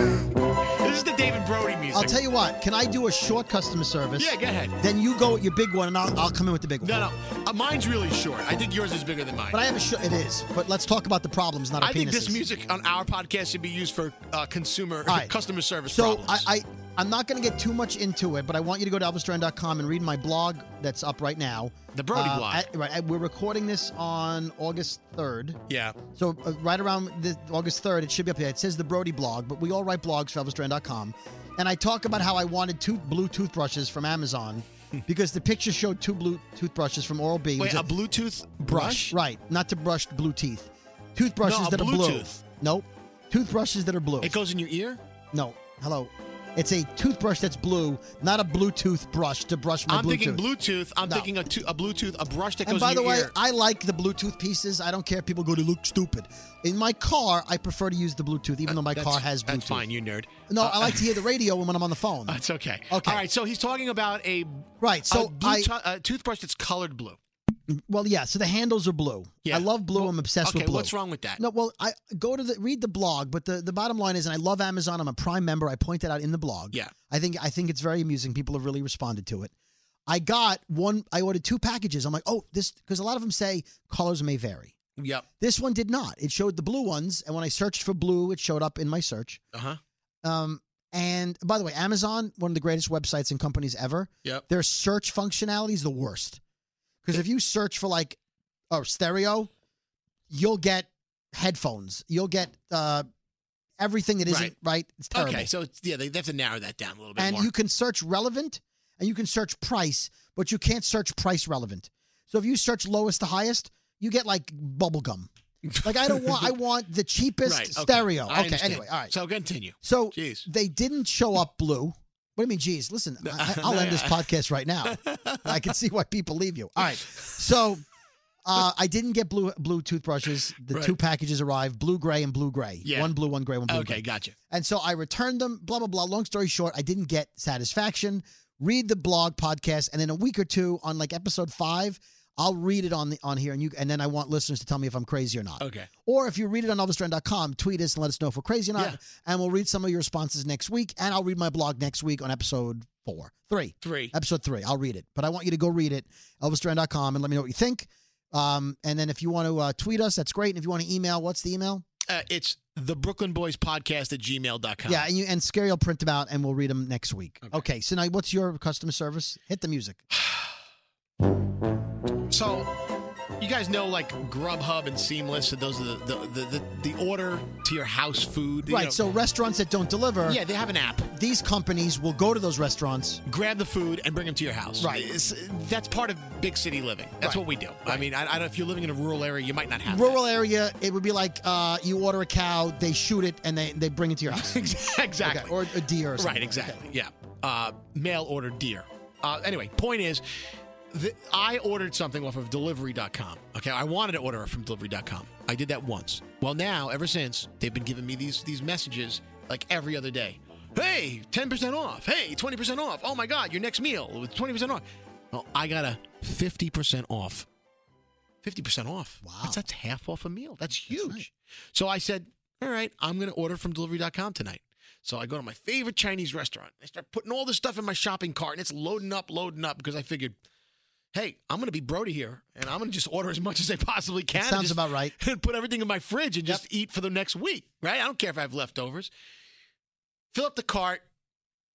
S1: This is the David Brody music.
S2: I'll tell you what. Can I do a short customer service?
S1: Yeah, go ahead.
S2: Then you go with your big one, and I'll, I'll come in with the big one.
S1: No, no. Uh, mine's really short. I think yours is bigger than mine.
S2: But I have a sh- It is. But let's talk about the problems, not our
S1: I think this
S2: penises.
S1: music on our podcast should be used for uh, consumer
S2: All right.
S1: customer service
S2: So I,
S1: problems.
S2: I I'm not going to get too much into it, but I want you to go to elvisduran.com and read my blog that's up right now.
S1: the Brody
S2: Uh,
S1: blog.
S2: I- right, I- we're recording this on August 3rd.
S1: yeah.
S2: So uh, right around the, August 3rd, it should be up there. It says the Brody blog, but we all write blogs for ElvisDuran.com. And I talk about how I wanted two blue toothbrushes from Amazon because the picture showed two blue toothbrushes from Oral-B.
S1: Hmm. Wait,
S2: which
S1: a
S2: are-
S1: Bluetooth brush?
S2: Right, not to brush blue teeth. Toothbrushes
S1: No, a
S2: that are blue.
S1: Bluetooth.
S2: Nope. Toothbrushes that are blue.
S1: It goes in your ear?
S2: No, hello. It's a toothbrush that's blue, not a Bluetooth brush to brush my
S1: I'm
S2: Bluetooth.
S1: thinking Bluetooth. I'm
S2: No.
S1: thinking a, to- a Bluetooth, a brush that
S2: and
S1: goes
S2: by
S1: in
S2: the
S1: your
S2: way,
S1: ear.
S2: I like the Bluetooth pieces. I don't care if people go to look stupid. In my car, I prefer to use the Bluetooth, even though my
S1: That's-
S2: car has Bluetooth.
S1: That's fine, you nerd.
S2: No,
S1: Uh,
S2: I like to hear the radio when I'm on the phone.
S1: That's okay.
S2: Okay.
S1: All right, so he's talking about a,
S2: Right.
S1: so
S2: So I
S1: a toothbrush that's colored blue.
S2: well, yeah. So the handles are blue.
S1: Yeah.
S2: I love blue. I'm obsessed
S1: Okay,
S2: with blue.
S1: what's wrong with that?
S2: No, well, I go to the read the blog, but the, the bottom line is, and I love Amazon. I'm a Prime member. I point that out in the blog.
S1: Yeah.
S2: I think I think it's very amusing. People have really responded to it. I got one. I ordered two packages. I'm like, oh, this because a lot of them say colors may vary.
S1: Yep.
S2: This one did not. It showed the blue ones, and when I searched for blue, it showed up in my search.
S1: Uh huh.
S2: Um, and by the way, Amazon, one of the greatest websites and companies ever.
S1: Yep.
S2: Their search functionality is the worst. Because if you search for like a stereo, you'll get headphones. You'll get uh, everything that isn't right.
S1: Right.
S2: It's terrible.
S1: Okay, so it's, yeah, they, they have to narrow that down a little bit
S2: and
S1: more.
S2: you can search relevant and you can search price, but you can't search price relevant. So if you search lowest to highest, you get like bubble gum. Like I don't want I want the cheapest
S1: Right, okay.
S2: stereo.
S1: I
S2: okay,
S1: understand.
S2: anyway, all right.
S1: So continue.
S2: So
S1: Jeez.
S2: they didn't show up blue. What do you mean, geez? Listen, I,
S1: No,
S2: I'll end
S1: yeah.
S2: this podcast right now. I can see why people leave you. All right. So uh, I didn't get blue blue toothbrushes. The
S1: Right.
S2: two packages arrived blue gray and blue gray.
S1: Yeah.
S2: One blue, one gray, one blue.
S1: Okay,
S2: Gray.
S1: gotcha.
S2: And so I returned them, blah, blah, blah. Long story short, I didn't get satisfaction. Read the blog podcast, and in a week or two, on like episode five, I'll read it on the on here, and you and then I want listeners to tell me if I'm crazy or not.
S1: Okay.
S2: Or if you read it on elvisduran.com, tweet us and let us know if we're crazy or not.
S1: Yeah.
S2: And we'll read some of your responses next week. And I'll read my blog next week on episode four, three,
S1: Three.
S2: episode three. I'll read it. But I want you to go read it, elvisduran.com, and let me know what you think. Um, and then if you want to uh, tweet us, that's great. And if you want to email, what's the email?
S1: Uh, it's the Brooklyn Boys Podcast at gmail.com.
S2: Yeah, and you and Scary will print them out and we'll read them next week. Okay.
S1: Okay.
S2: so now what's your customer service? Hit the music.
S1: So, you guys know like Grubhub and Seamless, and those are the the, the, the, the order to your house food. you
S2: right.
S1: know.
S2: So restaurants that don't deliver,
S1: yeah, they have an app.
S2: these companies will go to those restaurants.
S1: Grab the food and bring them to your house.
S2: Right.
S1: It's- that's part of big city living. That's
S2: Right.
S1: what we do. I mean, I, I don't know if you're living in a rural area, you might not have
S2: Rural area, it would be like uh, you order a cow, they shoot it, and they, they bring it to your house.
S1: that. exactly.
S2: Okay, or a deer or something.
S1: Right, exactly. Yeah. Uh, mail order deer. Uh, anyway, point is, the, I ordered something off of delivery.com. Okay, I wanted to order it from delivery.com. I did that once. Well, now, ever since, they've been giving me these these messages like every other day. Hey, 10% off. Hey, 20% off. Oh my God, your next meal with 20% off. Well, I got a 50% off. 50% off.
S2: Wow.
S1: That's, that's half off a meal. That's huge.
S2: right.
S1: So I said, all right, I'm going to order from delivery.com tonight. So I go to my favorite Chinese restaurant. I start putting all this stuff in my shopping cart and it's loading up, loading up because I figured, hey, I'm going to be Brody here and I'm going to just order as much as I possibly can. and
S2: Sounds
S1: just-
S2: about right.
S1: and put everything in my fridge and just eat for the next week, right? I don't care if I have leftovers. Fill up the cart,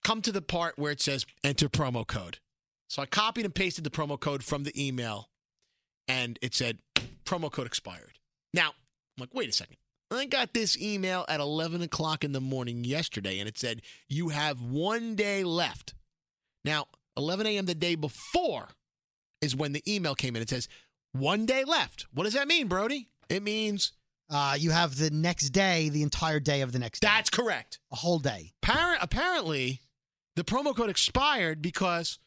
S1: come to the part where it says enter promo code. So I copied and pasted the promo code from the email and it said promo code expired. Now, I'm like, wait a second. I got this email at 11 o'clock in the morning yesterday and it said, you have one day left. Now, 11 a.m. the day before is when the email came in. It says, one day left. What does that mean, Brody? It means
S2: Uh, you have the next day, the entire day of the next day.
S1: that's correct.
S2: a whole day.
S1: Par- apparently, the promo code expired because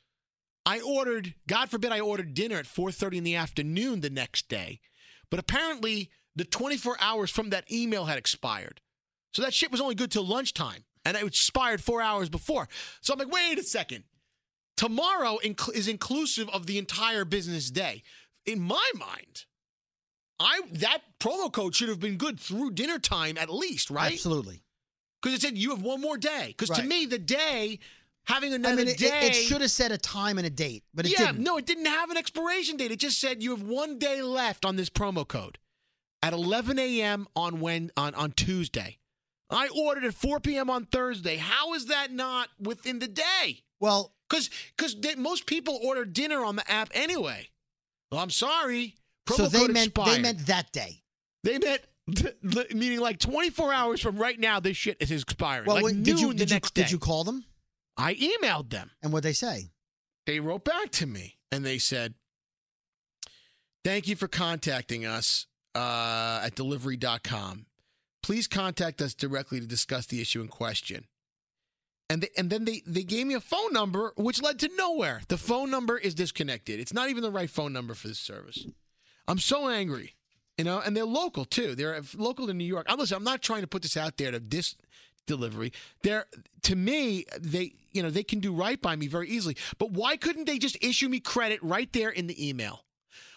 S1: I ordered. God forbid, I ordered dinner at 4:30 in the afternoon the next day, but apparently the 24 hours from that email had expired. So that shit was only good till lunchtime, and it expired four hours before. So I'm like, wait a second. Tomorrow inc- is inclusive of the entire business day. In my mind, I that promo code should have been good through dinner time at least, right?
S2: Absolutely.
S1: Because it said you have one more day. Because to
S2: Right.
S1: me, the day having another
S2: I mean, it,
S1: day.
S2: it, should have said a time and a date, but it
S1: yeah,
S2: didn't.
S1: no, it didn't have an expiration date. It just said you have one day left on this promo code at 11 a.m. on when on on Tuesday. I ordered at 4 p.m. on Thursday. How is that not within the day?
S2: Well,
S1: Because because most people order dinner on the app anyway. Well, I'm sorry. Promo
S2: so they
S1: code
S2: meant
S1: expired.
S2: they meant that day.
S1: They meant meaning like 24 hours from right now. This shit is expiring.
S2: Well,
S1: like noon
S2: when- did you
S1: the
S2: did you,
S1: next day.
S2: did you call them
S1: I emailed them.
S2: and what they say?
S1: They wrote back to me and they said, "Thank you for contacting us uh, at delivery.com. Please contact us directly to discuss the issue in question." And they, and then they they gave me a phone number which led to nowhere. The phone number is disconnected. It's not even the right phone number for this service. I'm so angry. You know, and they're local too. They're local to New York. I'm listen. I'm not trying to put this out there to dis delivery. They're to me, they you know they can do right by me very easily. But why couldn't they just issue me credit right there in the email?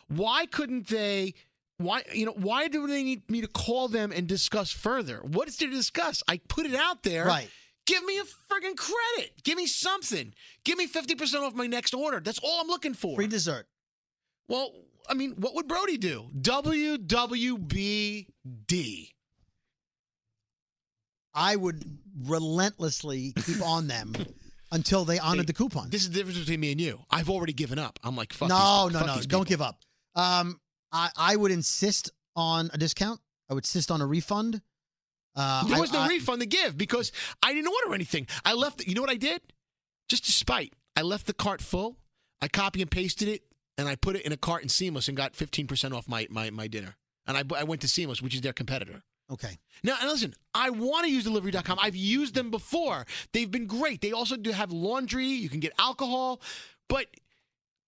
S1: Why couldn't they? Why you know why do they need me to call them and discuss further? What is to discuss? I put it out there.
S2: Right.
S1: Give me a friggin' credit. Give me something. Give me fifty percent off my next order. That's all I'm looking for.
S2: Free dessert.
S1: Well, I mean, what would Brody do? WWBD.
S2: I would relentlessly keep on them until they honored the coupon.
S1: This is the difference between me and you. I've already given up. I'm like, fuck.
S2: no,
S1: these,
S2: no,
S1: fuck
S2: no.
S1: these
S2: Don't
S1: people.
S2: give up. Um, I, I would insist on a discount. I would insist on a refund. Uh,
S1: There
S2: I-
S1: was no
S2: I-
S1: refund to give because I didn't order anything. I left. You know what I did? Just to spite, I left the cart full. I copy and pasted it, and I put it in a cart in Seamless and got 15% off my my, my dinner. And I, I went to Seamless, which is their competitor.
S2: Okay.
S1: Now, and listen, I want to use delivery.com. I've used them before. They've been great. They also do have laundry. You can get alcohol, but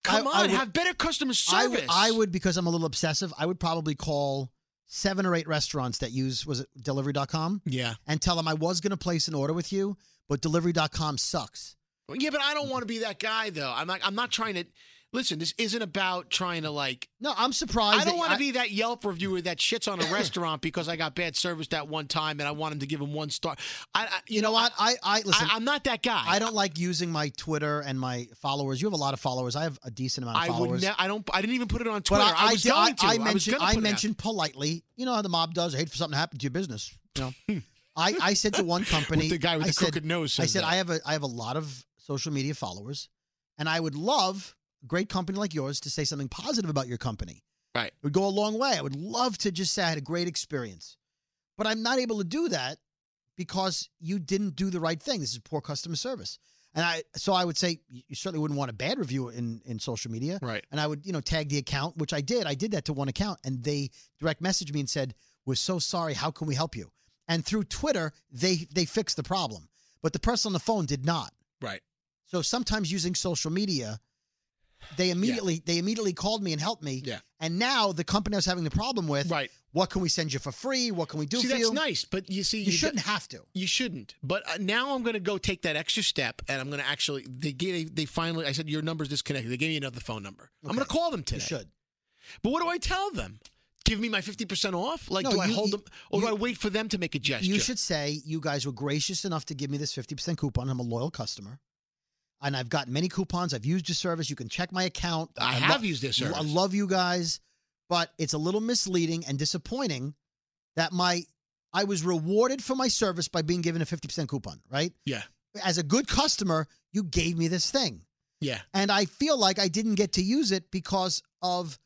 S1: come
S2: I- I
S1: on,
S2: would-
S1: have better customer
S2: I
S1: service.
S2: would, I would because I'm a little obsessive. I would probably call seven or eight restaurants that use was it delivery.com
S1: Yeah.
S2: and tell them I was going to place an order with you, but delivery.com sucks.
S1: Well, Yeah, but I don't want to be that guy though. I'm like I'm not trying to listen, this isn't about trying to like
S2: No, I'm surprised.
S1: I
S2: that-
S1: don't want to be that Yelp reviewer that shits on a restaurant because I got bad service that one time and I want him to give him one star. I, I you,
S2: You know
S1: know
S2: what? I I listen.
S1: I, I'm not that guy.
S2: I don't like using my Twitter and my followers. You have a lot of followers. I have a decent amount of
S1: I would
S2: followers.
S1: ne- I don't I didn't even put it on
S2: but
S1: Twitter. I,
S2: I,
S1: was
S2: did-
S1: going to.
S2: I,
S1: I was
S2: mentioned,
S1: gonna put it out.
S2: mentioned politely. You know how the mob does. I hate for something to happen to your business. You know, I, I said to one company,
S1: What the guy with
S2: I
S1: the
S2: said,
S1: crooked nose
S2: I
S1: says
S2: said
S1: that.
S2: I have a I have a lot of social media followers, and I would love a great company like yours to say something positive about your company.
S1: Right.
S2: It would go a long way. I would love to just say I had a great experience, but I'm not able to do that because you didn't do the right thing. This is poor customer service, and I so I would say you you certainly wouldn't want a bad review in in social media
S1: Right.
S2: and I would, you know, tag the account, which I did. I did that to one account, and they direct messaged me and said, "We're so sorry. How can we help you?" And through Twitter, they they fixed the problem, but the person on the phone did not.
S1: Right.
S2: So sometimes using social media, they immediately they immediately called me and helped me.
S1: Yeah.
S2: And now the company I was having the problem with,
S1: Right.
S2: What can we send you for free? What can we do
S1: see,
S2: for
S1: that's
S2: you?
S1: nice, but you see,
S2: you
S1: do-
S2: shouldn't have to.
S1: you shouldn't. But uh, now I'm going to go take that extra step, and I'm going to actually. They gave. They finally. I said your number's disconnected. They gave me another phone number. I'm
S2: Okay.
S1: going to call them
S2: You
S1: today.
S2: should.
S1: But what do I tell them? Give me my 50% off? Like,
S2: No,
S1: do I
S2: you-
S1: hold
S2: you-
S1: them, or do
S2: you-
S1: I wait for them to make a gesture?
S2: You should say you guys were gracious enough to give me this 50% coupon. I'm a loyal customer. And I've gotten many coupons. I've used your service. You can check my account.
S1: I
S2: lo-
S1: have used this
S2: I
S1: service.
S2: love you guys, but it's a little misleading and disappointing that my I was rewarded for my service by being given a 50% coupon, right?
S1: Yeah.
S2: As a good customer, you gave me this thing.
S1: Yeah.
S2: And I feel like I didn't get to use it because of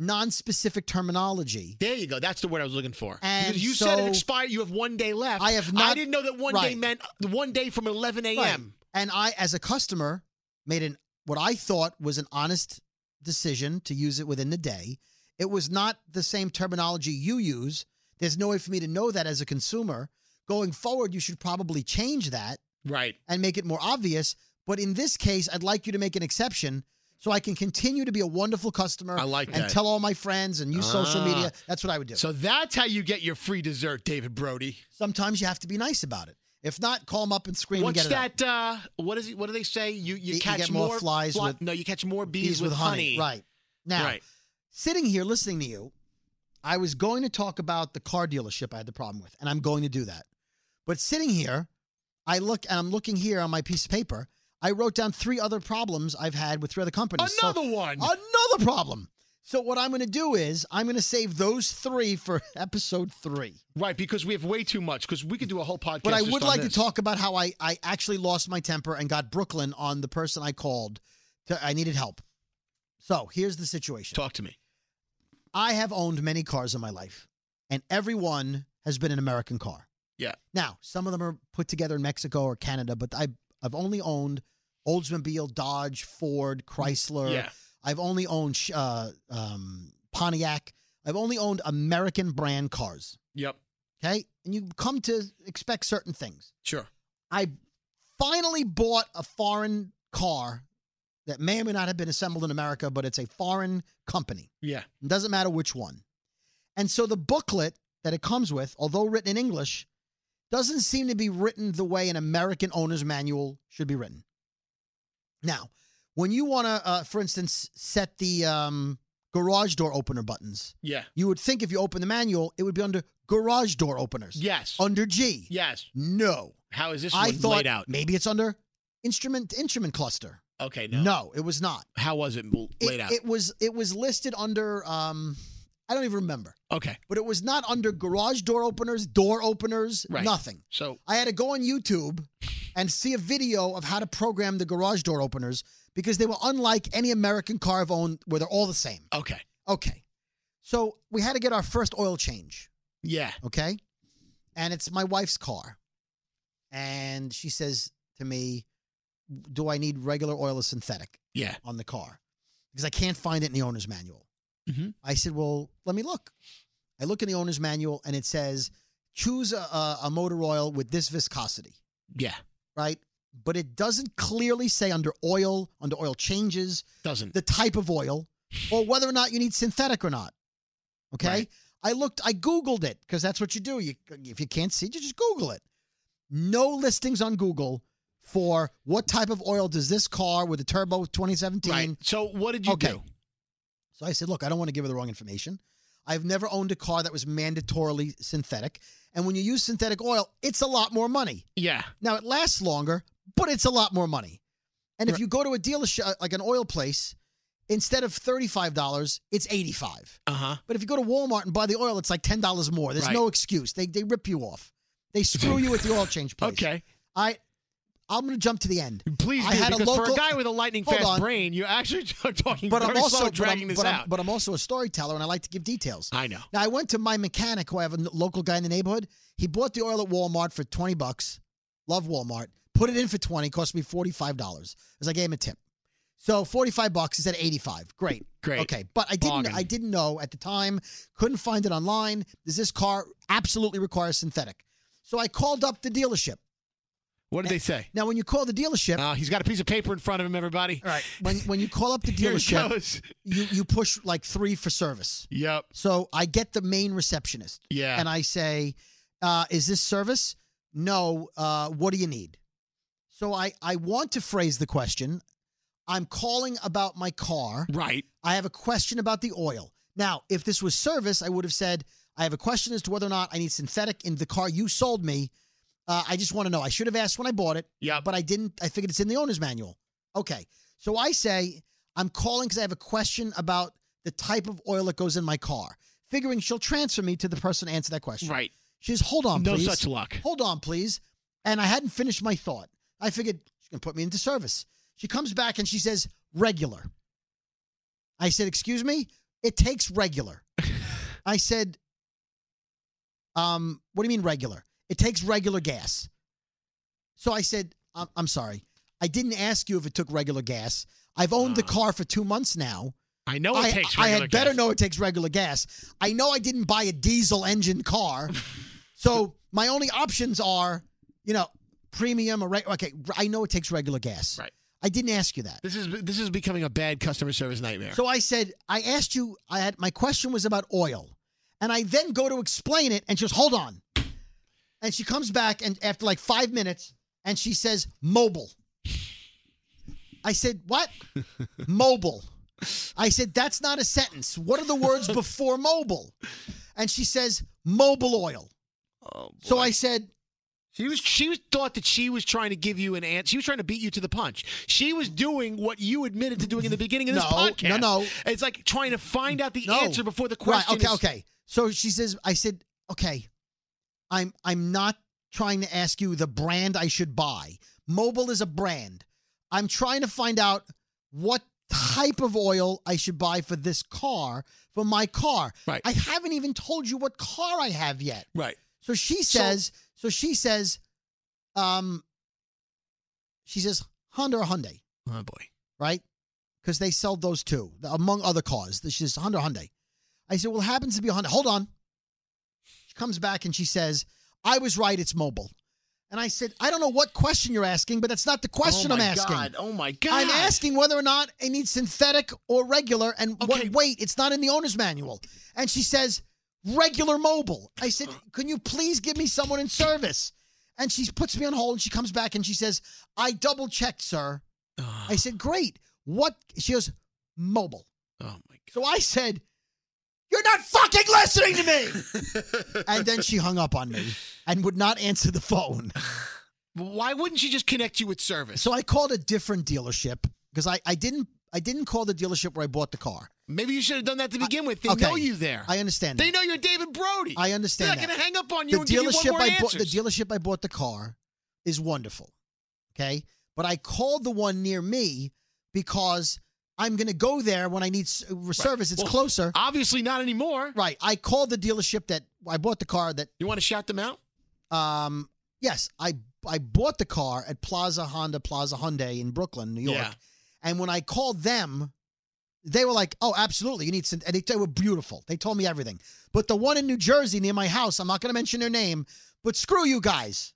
S2: non-specific terminology.
S1: There you go. That's the word I was looking for.
S2: And
S1: Because you said
S2: so-
S1: it expired. You have one day left.
S2: I have not-
S1: I didn't know that one day
S2: Right.
S1: meant one day from 11 a.m.
S2: Right. And I, as a customer, made an what I thought was an honest decision to use it within the day. It was not the same terminology you use. There's no way for me to know that as a consumer. Going forward, you should probably change that
S1: Right.
S2: and make it more obvious. But in this case, I'd like you to make an exception so I can continue to be a wonderful customer
S1: I like
S2: and
S1: that.
S2: tell all my friends and use social
S1: Ah.
S2: media. That's what I would do.
S1: So that's how you get your free dessert, David Brody.
S2: Sometimes you have to be nice about it. If not, call them up and scream and
S1: What's
S2: get it out.
S1: that? Uh, what is it? What do they say? You you,
S2: You- you
S1: catch
S2: get more flies
S1: fly-
S2: with-
S1: no, you catch more bees, with, honey.
S2: Right. Now,
S1: Right.
S2: sitting here listening to you, I was going to talk about the car dealership I had the problem with, and I'm going to do that. But sitting here, I look and I'm looking here on my piece of paper. I wrote down three other problems I've had with three other companies. So-
S1: Another one.
S2: Another problem. So what I'm going to do is I'm going to save those three for episode three.
S1: right, because we have way too much. Because we could do a whole podcast.
S2: But I
S1: just
S2: would
S1: on
S2: like
S1: this.
S2: to talk about how I, I actually lost my temper and got Brooklyn on the person I called. To, I needed help. So here's the situation.
S1: Talk to me.
S2: I have owned many cars in my life, and every one has been an American car.
S1: Yeah.
S2: Now, some of them are put together in Mexico or Canada, but I, I've only owned Oldsmobile, Dodge, Ford, Chrysler.
S1: Yeah.
S2: I've only owned sh- uh, um, Pontiac. I've only owned American brand cars.
S1: Yep.
S2: Okay. And you come to expect certain things.
S1: Sure.
S2: I finally bought a foreign car that may or may not have been assembled in America, but it's a foreign company.
S1: Yeah.
S2: It doesn't matter which one. And so the booklet that it comes with, although written in English, doesn't seem to be written the way an American owner's manual should be written. Now, when you want to, uh, for instance, set the um, garage door opener buttons,
S1: Yeah.
S2: you would think if you open the manual, it would be under garage door openers,
S1: Yes.
S2: under G.
S1: yes.
S2: No,
S1: How is this
S2: Oh. I
S1: one
S2: thought
S1: laid out?
S2: maybe it's under instrument instrument cluster.
S1: Okay. No.
S2: no it was not.
S1: How was it l-
S2: It,
S1: laid out?
S2: it was it was listed under um, I don't even remember
S1: okay.
S2: but it was not under garage door openers, door openers,
S1: Right.
S2: nothing.
S1: So
S2: I had to go on YouTube and see a video of how to program the garage door openers because they were unlike any American car I've owned where they're all the same.
S1: okay.
S2: Okay. So we had to get our first oil change,
S1: Yeah.
S2: okay? And it's my wife's car. And she says to me, Do I need regular oil or synthetic?
S1: Yeah.
S2: on the car because I can't find it in the owner's manual.
S1: Mhm.
S2: I said, Well, let me look. I look in the owner's manual and it says, Choose a, a, a motor oil with this viscosity,
S1: Yeah.
S2: right? But it doesn't clearly say under oil, under oil changes,
S1: Doesn't.
S2: the type of oil, or whether or not you need synthetic or not. Okay.
S1: Right.
S2: I looked, I Googled it because that's what you do. You, if you can't see, it, you just Google it. No listings on Google for what type of oil does this car with the turbo 2017
S1: right. So what did you
S2: Okay.
S1: do?
S2: so I said, look, I don't want to give her the wrong information. I've never owned a car that was mandatorily synthetic. And when you use synthetic oil, it's a lot more money.
S1: Yeah.
S2: Now, it lasts longer, but it's a lot more money. And if
S1: Right.
S2: you go to a dealership, uh, like an oil place, instead of $35, it's 85
S1: Uh huh.
S2: But if you go to Walmart and buy the oil, it's like $10 more. There's
S1: Right.
S2: no excuse. They, they rip you off. They screw you at the oil change place.
S1: Okay.
S2: I, I'm going to jump to the end.
S1: Please do
S2: I had a
S1: because for
S2: local-
S1: a guy with a lightning
S2: Hold
S1: fast
S2: on.
S1: brain, you actually are talking
S2: But
S1: very
S2: I'm also
S1: slow
S2: but I'm-
S1: dragging this
S2: but I'm-
S1: out.
S2: but I'm also a storyteller and I like to give details.
S1: I know.
S2: Now I went to my mechanic, who I have a n- local guy in the neighborhood. He bought the oil at Walmart for twenty bucks. Love Walmart. Put it in for twenty. Cost me forty five dollars. As I gave him a tip. So forty five bucks is at eighty five. Great.
S1: Great.
S2: Okay, but I didn't.
S1: Bargain.
S2: I didn't know at the time. Couldn't find it online. Does this car absolutely require synthetic? So I called up the dealership.
S1: What did they say?
S2: Now, when you call the dealership,
S1: Uh, he's got a piece of paper in front of him, everybody.
S2: all right. When when you call up the
S1: Here it
S2: dealership,
S1: goes.
S2: you you push like three for service.
S1: Yep.
S2: So I get the main receptionist.
S1: Yeah.
S2: and I say, uh, "Is this service?" No. Uh, what do you need? So I I want to phrase the question. I'm calling about my car.
S1: right.
S2: I have a question about the oil. Now, if this was service, I would have said, "I have a question as to whether or not I need synthetic in the car you sold me." Uh, I just want to know. I should have asked when I bought it,
S1: Yep.
S2: but I didn't. I figured it's in the owner's manual. Okay. So I say, I'm calling because I have a question about the type of oil that goes in my car, figuring she'll transfer me to the person to answer that question.
S1: Right.
S2: She says, hold on,
S1: no
S2: please.
S1: such luck.
S2: Hold on, please. And I hadn't finished my thought. I figured she's going to put me into service. She comes back and she says, regular. I said, excuse me? It takes regular. I said, um, what do you mean regular? It takes regular gas. So I said, I'm, I'm sorry. I didn't ask you if it took regular gas. I've owned the
S1: Ah.
S2: car for two months now.
S1: I know it
S2: I,
S1: takes.
S2: I
S1: regular
S2: had better
S1: gas.
S2: know it takes regular gas. I know I didn't buy a diesel engine car. so my only options are, you know, premium or re- okay, I know it takes regular gas.
S1: Right.
S2: I didn't ask you that.
S1: This is this is becoming a bad customer service nightmare.
S2: So I said, I asked you, I had my question was about oil. And I then go to explain it and she goes, "Hold on." And she comes back and after like 5 minutes and she says, "Mobile." I said, "What? mobile?" I said, that's not a sentence. What are the words before mobile? And she says, mobile oil.
S1: oh,
S2: So I said,
S1: She was she was thought that she was trying to give you an answer. She was trying to beat you to the punch. She was doing what you admitted to doing in the beginning of this
S2: No, no,
S1: podcast.
S2: no.
S1: It's like trying to find out the
S2: No.
S1: answer before the question.
S2: Right. Okay.
S1: is-
S2: Okay. So she says, I said, okay, I'm I'm not trying to ask you the brand I should buy. Mobile is a brand. I'm trying to find out what type of oil I should buy for this car for my car.
S1: Right.
S2: I haven't even told you what car I have yet.
S1: Right.
S2: So she
S1: So-
S2: says. So, she says. Um. She says Honda or Hyundai,
S1: Oh boy.
S2: right? Because they sell those two among other cars. She says Honda or Hyundai. I said, well, it happens to be a Honda. Hold on. She comes back and she says, I was right. It's mobile. And I said, I don't know what question you're asking, but that's not the question
S1: oh
S2: I'm
S1: my
S2: asking.
S1: God. Oh my god.
S2: I'm asking whether or not it needs synthetic or regular and
S1: Okay.
S2: what weight. It's not in the owner's manual. And she says, regular mobile. I said, Can you please give me someone in service? And she puts me on hold and she comes back and she says, I double checked, sir. I said, Great. What? She goes, Mobile.
S1: Oh my god.
S2: So I said, You're not fucking listening to me. and then she hung up on me and would not answer the phone.
S1: Why wouldn't she just connect you with service?
S2: So I called a different dealership because I, I didn't I didn't call the dealership where I bought the car.
S1: Maybe you should have done that to begin with. They
S2: okay.
S1: know you there.
S2: I understand.
S1: they
S2: that.
S1: know you're David Brody.
S2: I understand
S1: They're not
S2: that.
S1: gonna hang up on you
S2: The
S1: and give you one
S2: dealership
S1: more
S2: I bought the
S1: answers.
S2: dealership I bought the car is wonderful. Okay? But I called the one near me because I'm going to go there when I need s- uh, service. It's
S1: Well,
S2: closer.
S1: Obviously not anymore.
S2: right. I called the dealership that I bought the car that
S1: You want to shout them out?
S2: um yes, I I bought the car at Plaza Honda Plaza Hyundai in Brooklyn, New York.
S1: Yeah.
S2: And when I called them, they were like, "Oh, absolutely, you need." Some, and they, they were beautiful. They told me everything. But the one in New Jersey near my house, I'm not going to mention their name. But screw you guys,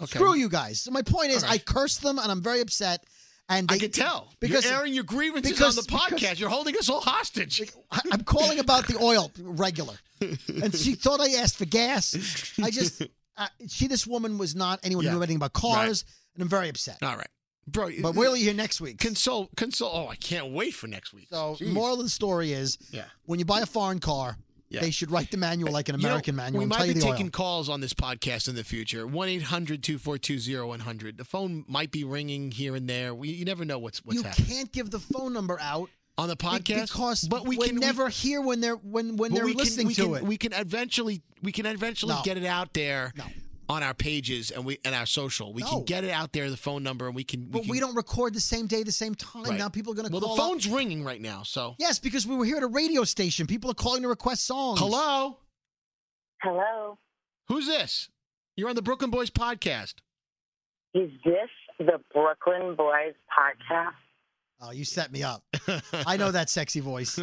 S1: Okay.
S2: screw you guys. So my point is,
S1: All right.
S2: I cursed them, and I'm very upset. And they,
S1: I can tell
S2: because
S1: you're airing your grievances
S2: because-
S1: on the podcast. you're holding us all hostage.
S2: I, I'm calling about the oil regular, and she thought I asked for gas. I just I, she, this woman was not anyone who
S1: Yeah. uh,
S2: knew anything about cars, and I'm very upset.
S1: all right, bro.
S2: But we're only here next week.
S1: console console. Oh, I can't wait for next week.
S2: So,
S1: Jeez.
S2: moral of the story is,
S1: Yeah.
S2: when you buy a foreign car,
S1: Yeah.
S2: they should write the manual like an
S1: You know,
S2: American manual
S1: We
S2: and
S1: might
S2: tell you
S1: be
S2: the
S1: taking
S2: oil.
S1: calls on this podcast in the future. 1 800 242 100. The phone might be ringing here and there. We, you never know what's what's
S2: you
S1: happening
S2: can't give the phone number out
S1: on the
S2: be-
S1: podcast.
S2: because
S1: but we
S2: we're
S1: can we-
S2: never hear when they're when when
S1: but
S2: they're
S1: we can-
S2: listening
S1: we
S2: to
S1: can-
S2: it.
S1: We can eventually we can eventually
S2: No.
S1: get it out there
S2: No.
S1: on our pages and we and our social. We
S2: No.
S1: can get it out there, the phone number, and we can.
S2: but
S1: can,
S2: we don't record the same day, the same time.
S1: Right.
S2: Now people are going to
S1: Well,
S2: call.
S1: the
S2: up-
S1: phone's ringing right now, so
S2: Yes, because we were here at a radio station. People are calling to request songs.
S1: hello.
S5: Hello.
S1: Who's this? You're on the Brooklyn Boys podcast.
S5: Is this the Brooklyn Boys podcast?
S2: Oh, you set me up. I know that sexy voice.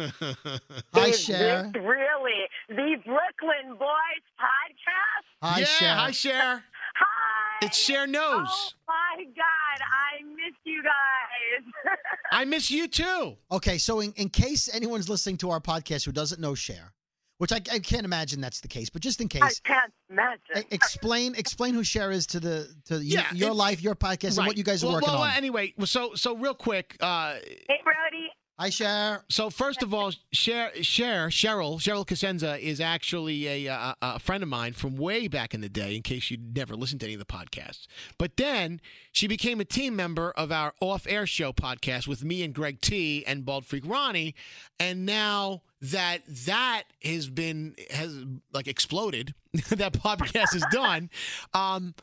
S2: Hi,
S5: Is
S2: Cher.
S5: this really the Brooklyn Boys podcast?
S2: Hi,
S1: yeah,
S2: Cher.
S1: hi Cher.
S5: Hi.
S1: It's Cher
S5: Oh
S1: knows.
S5: my God, I miss you guys.
S1: I miss you too.
S2: Okay, so in, in case anyone's listening to our podcast who doesn't know Cher, which I, I can't imagine that's the case, but just in
S5: I
S2: case,
S5: can't imagine.
S2: e- explain explain who Cher is to the to you,
S1: Yeah,
S2: your
S1: it-
S2: life, your podcast, and what
S1: Right.
S2: you guys are
S1: well,
S2: working
S1: well,
S2: on.
S1: Well, anyway, so so real quick. Uh,
S5: Hey, Brody.
S2: Hi, Cher.
S1: so first of all, Cher, Cher, Cheryl, Cheryl Casenza is actually a, uh a friend of mine from way back in the day. In case you would never listened to any of the podcasts, but then she became a team member of our off-air show podcast with me and Greg T and Bald Freak Ronnie, and now that that has been has like exploded, that podcast is done. Um,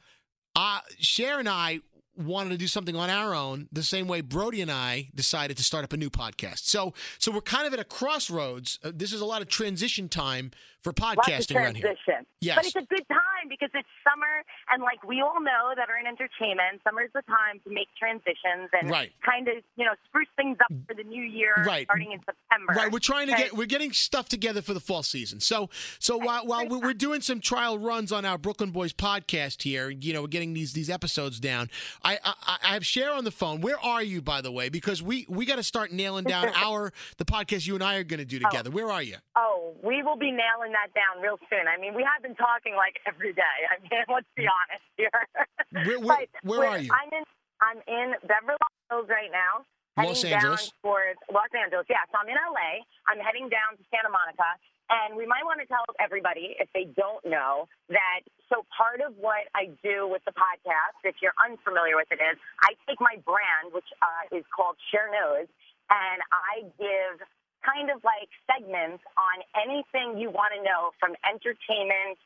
S1: uh, Cher and I wanted to do something on our own the same way Brody and I decided to start up a new podcast. So so we're kind of at a crossroads. Uh, this is a lot of transition time for
S5: Lots of
S1: podcasting around here.
S5: transition.
S1: Yes.
S5: But it's a good time because it's summer, and like we all know that are in entertainment, summer's the time to make transitions and
S1: Right. Mm.
S5: kind of, you know, spruce things up for the new year
S1: Right.
S5: starting in September.
S1: Right, we're trying to
S5: Okay.
S1: get we're getting stuff together for the fall season. So so while while we- we're doing some trial runs on our Brooklyn Boys podcast here, you know, we're getting these these episodes down. I I, I have Cher on the phone. Where are you, by the way? Because we we got to start nailing down our the podcast you and I are going to do together. Where are you?
S5: Oh, we will be nailing that down real soon. I mean, we have been talking like every day. I mean, let's be honest here.
S1: Where- where-
S5: But
S1: where
S5: we're-
S1: are you?
S5: I'm in, I'm in Beverly Hills right now. heading
S1: Los
S5: down
S1: Angeles.
S5: towards Los Angeles. Yeah, so I'm in LA. I'm heading down to Santa Monica, and we might want to tell everybody if they don't know that. So part of what I do with the podcast, if you're unfamiliar with it, is I take my brand, which uh, is called Share News, and I give kind of like segments on anything you want to know from entertainment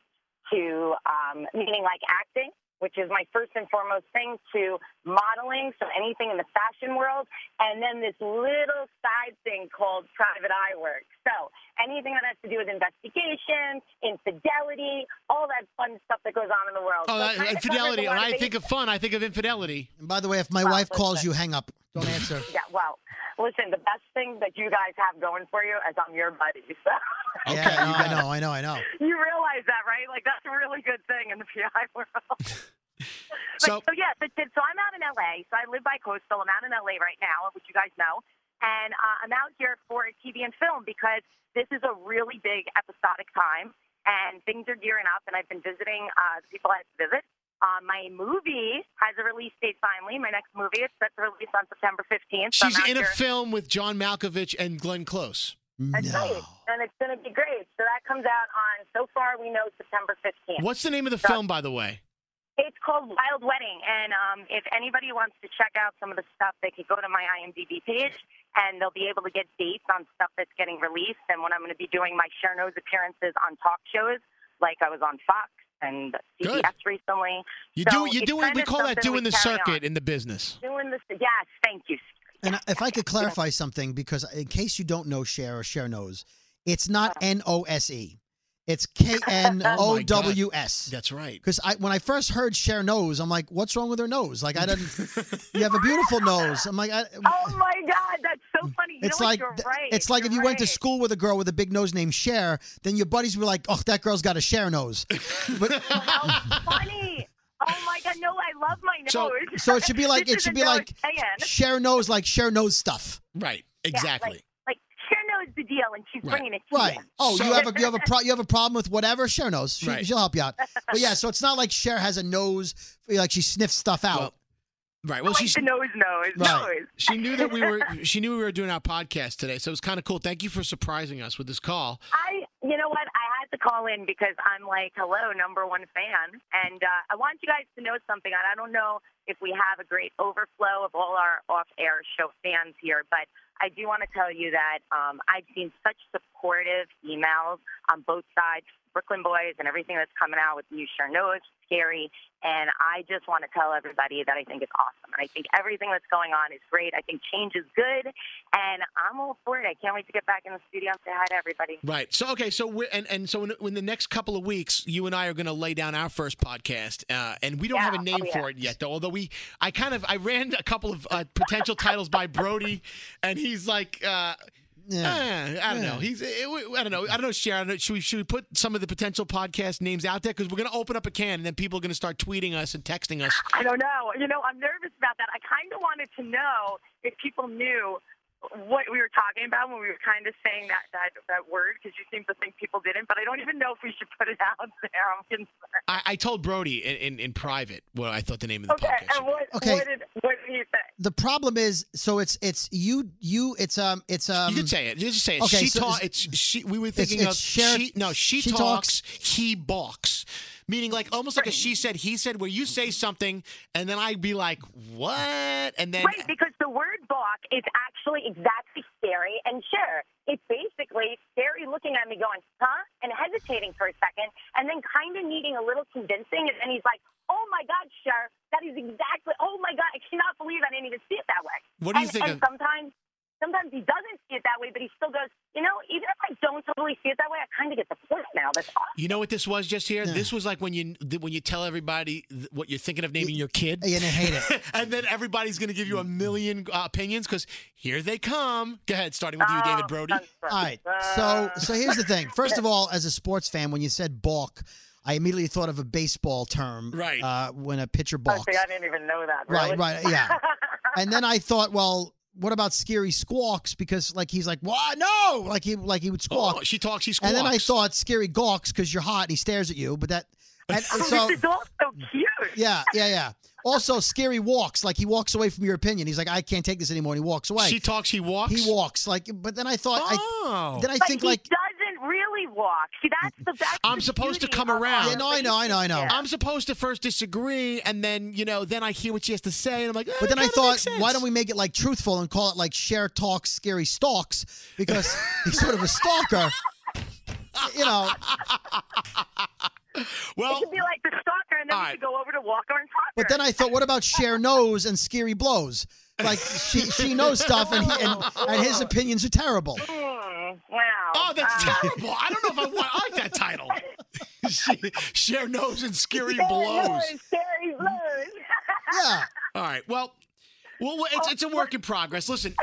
S5: to um, meaning like acting, which is my first and foremost thing, to modeling, so anything in the fashion world, and then this little side thing called private eye work. So anything that has to do with investigation, infidelity, all that fun stuff that goes on in the world.
S1: Oh,
S5: So it
S1: that,
S5: kinda covers a
S1: infidelity.
S5: lot
S1: When
S5: of
S1: I
S5: bases.
S1: think of fun, I think of infidelity.
S2: And by the way, if my
S5: Wow,
S2: wife
S5: listen.
S2: calls you, hang up. Don't answer.
S5: Yeah, well, listen, the best thing that you guys have going for you is I'm your buddy. So
S1: Okay,
S2: yeah,
S1: you
S2: no,
S1: got
S2: I know, I know, I know.
S5: you realize that, right? Like, that's a really good thing in the PI world. But,
S1: So,
S5: so, yeah, but, so I'm out in LA. So I live by coastal. I'm out in LA right now, which you guys know. And uh, I'm out here for TV and film because this is a really big episodic time and things are gearing up. And I've been visiting uh, the people I have to visit. Uh, my movie has a release date finally. My next movie is set to release on September 15th. so I'm
S1: she's
S5: out
S1: in a
S5: here.
S1: film with John Malkovich and Glenn Close.
S5: That's
S2: No.
S5: right. And it's going to be great. So that comes out on, so far we know, September 15th.
S1: What's the name of the
S5: Yeah.
S1: film, by the way?
S5: It's called Wild Wedding, and um, if anybody wants to check out some of the stuff, they could go to my IMDb page, and they'll be able to get dates on stuff that's getting released, and when I'm going to be doing my Cherno's appearances on talk shows, like I was on Fox and CBS
S1: Good.
S5: recently.
S1: You
S5: So
S1: do. You
S5: it's
S1: do. it-
S5: kind
S1: We
S5: of
S1: call that
S5: something we
S1: doing the
S5: carry
S1: circuit
S5: on.
S1: in the business.
S5: Doing the yes, thank you.
S2: And I- if I could clarify something, because in case you don't know Cher or Cher knows, it's not N O S E. It's K N O W S.
S1: That's right.
S2: Because I, when I first heard Cher nose, I'm like, what's wrong with her nose? Like, I didn't. you have a beautiful nose. I'm like, I,
S5: Oh my God, that's so funny. You
S2: it's
S5: know
S2: like
S5: what?
S2: th-
S5: you're right.
S2: it's like if you
S5: You're
S2: went to
S5: right.
S2: school with a girl with a big nose named Cher, then your buddies were like, oh, that girl's got a Cher nose. But
S5: How funny! Oh my God, no, I love my nose.
S1: So-
S2: so it should be like
S5: This
S2: it
S5: is
S2: should
S5: a
S2: be
S5: nose
S2: like
S5: fan.
S2: Cher nose, like Cher nose stuff.
S1: Right.
S5: Yeah,
S1: Exactly.
S5: like, like Cher knows the deal, and she's
S1: Right.
S5: bringing it to
S2: Right.
S5: you.
S2: Oh,
S1: So-
S2: you have a you have a pro, you have a problem with whatever Cher knows. She,
S1: Right.
S2: She'll help you out. But yeah, so it's not like Cher has a nose like she sniffs stuff out.
S1: Right. Well,
S5: like
S1: she's
S5: the nose, nose,
S2: Right.
S5: nose.
S1: she knew that we were she knew we were doing our podcast today, so it was kind of cool. Thank you for surprising us with this call.
S5: I, you know what? I had to call in because I'm like, hello, number one fan, and uh, I want you guys to know something. And I don't know if we have a great overflow of all our off-air show fans here, but I do want to tell you that um, I've seen such supportive emails on both sides, Brooklyn Boys and everything that's coming out with You Sure Know It's Scary. And I just want to tell everybody that I think it's awesome. And I think everything that's going on is great. I think change is good. And I'm all for it. I can't wait to get back in the studio and say hi to everybody.
S1: Right. So okay. So we're and and so in, in the next couple of weeks, you and I are going to lay down our first podcast, uh, and we don't have a
S5: Yeah.
S1: name
S5: Oh, yeah.
S1: for it yet. Though, although we, I kind of I ran a couple of uh, potential titles by Brody, and he's like. Uh,
S2: Yeah.
S1: eh, I don't know. He's. eh, we- I don't know. I don't know, Sharon. Should we should we put some of the potential podcast names out there because we're going to open up a can and then people are going to start tweeting us and texting us.
S5: I don't know. You know, I'm nervous about that. I kind of wanted to know if people knew what we were talking about when we were kind of saying that that, that word because you seem to think people didn't. But I don't even know if we should put it out there. I'm concerned.
S1: I, I told Brody in, in, in private what I thought the name of the
S5: Okay.
S1: podcast.
S5: And what,
S2: Okay.
S5: what did what do you think?
S2: The problem is, so it's it's you you it's um it's um
S1: you could say it. You just say it.
S2: okay,
S1: she
S2: so
S1: talks.
S2: is-
S1: It's she. We were thinking
S2: it's
S1: of
S2: shared-
S1: she. No, she,
S2: she
S1: talks, He balks. Meaning, like almost like a she said, he said, where you say something, and then I'd be like, "What?" And then
S5: Right, because the word balk is actually exactly scary and sure. It's basically scary looking at me going, huh? And hesitating for a second and then kind of needing a little convincing. And then he's like, oh my God, sure. That is exactly, oh my God, I cannot believe I didn't even see it that way.
S1: What do you
S5: and,
S1: think
S5: And
S1: of-
S5: sometimes, sometimes he doesn't see it that way, but he still goes, you know, even if I don't totally see it that way, I kind of get the point now. That's awesome.
S1: you know what this was just here. This was like when you th- when you tell everybody th- what you're thinking of naming your kid,
S2: and I hate it.
S1: and then everybody's going to give you a
S2: Mm.
S1: million uh, opinions because here they come. Go ahead, starting with you,
S5: Oh,
S1: David Brody.
S2: All right. So so here's the thing. First of all, as a sports fan, when you said balk, I immediately thought of a baseball term.
S1: Right.
S2: Uh, when a pitcher balks.
S5: Honestly, I didn't even know that.
S2: Right,
S5: really.
S2: right, yeah. and then I thought, well, what about scary squawks? Because like he's like, what? No, like he like he would squawk.
S1: Oh, she talks. He squawks.
S2: and then I thought scary gawks because you're hot and he stares at you. But that And, and
S5: Oh,
S2: so,
S5: this is all so cute.
S2: yeah, yeah, yeah. Also, scary walks. Like he walks away from your opinion. He's like, I can't take this anymore, and he walks away.
S1: She talks, she walks.
S2: he walks. Like, but then I thought,
S1: Oh.
S2: I then I
S5: But
S2: think
S5: he
S2: like,
S5: doesn't really walk. See, that's the that's
S1: I'm
S5: the
S1: supposed to
S5: beauty
S1: come
S5: of our
S1: around.
S2: Yeah, no, I know, I know, I know.
S5: relationship.
S1: I'm supposed to first disagree, and then you know, then I hear what she has to say, and I'm like. eh,
S2: but then
S1: it
S2: I
S1: kinda
S2: thought,
S1: makes sense.
S2: why don't we make it like truthful and call it like share talks, scary stalks, because he's sort of a stalker. You know,
S5: It
S1: Well,
S5: could be like the stalker, and then
S1: All
S5: we
S1: right.
S5: could go over to Walker and Tucker.
S2: but then I thought, what about share knows and scary blows? Like she she knows stuff, and he, and, and his opinions are terrible.
S5: Mm, wow.
S1: oh, that's
S5: Uh,
S1: terrible. I don't know if I want. I like that title. She- Share nose and scary
S5: Terry
S1: blows.
S5: Lewis, Terry Lewis.
S2: Yeah.
S1: All right. Well, well, well, it's it's a work in progress. Listen,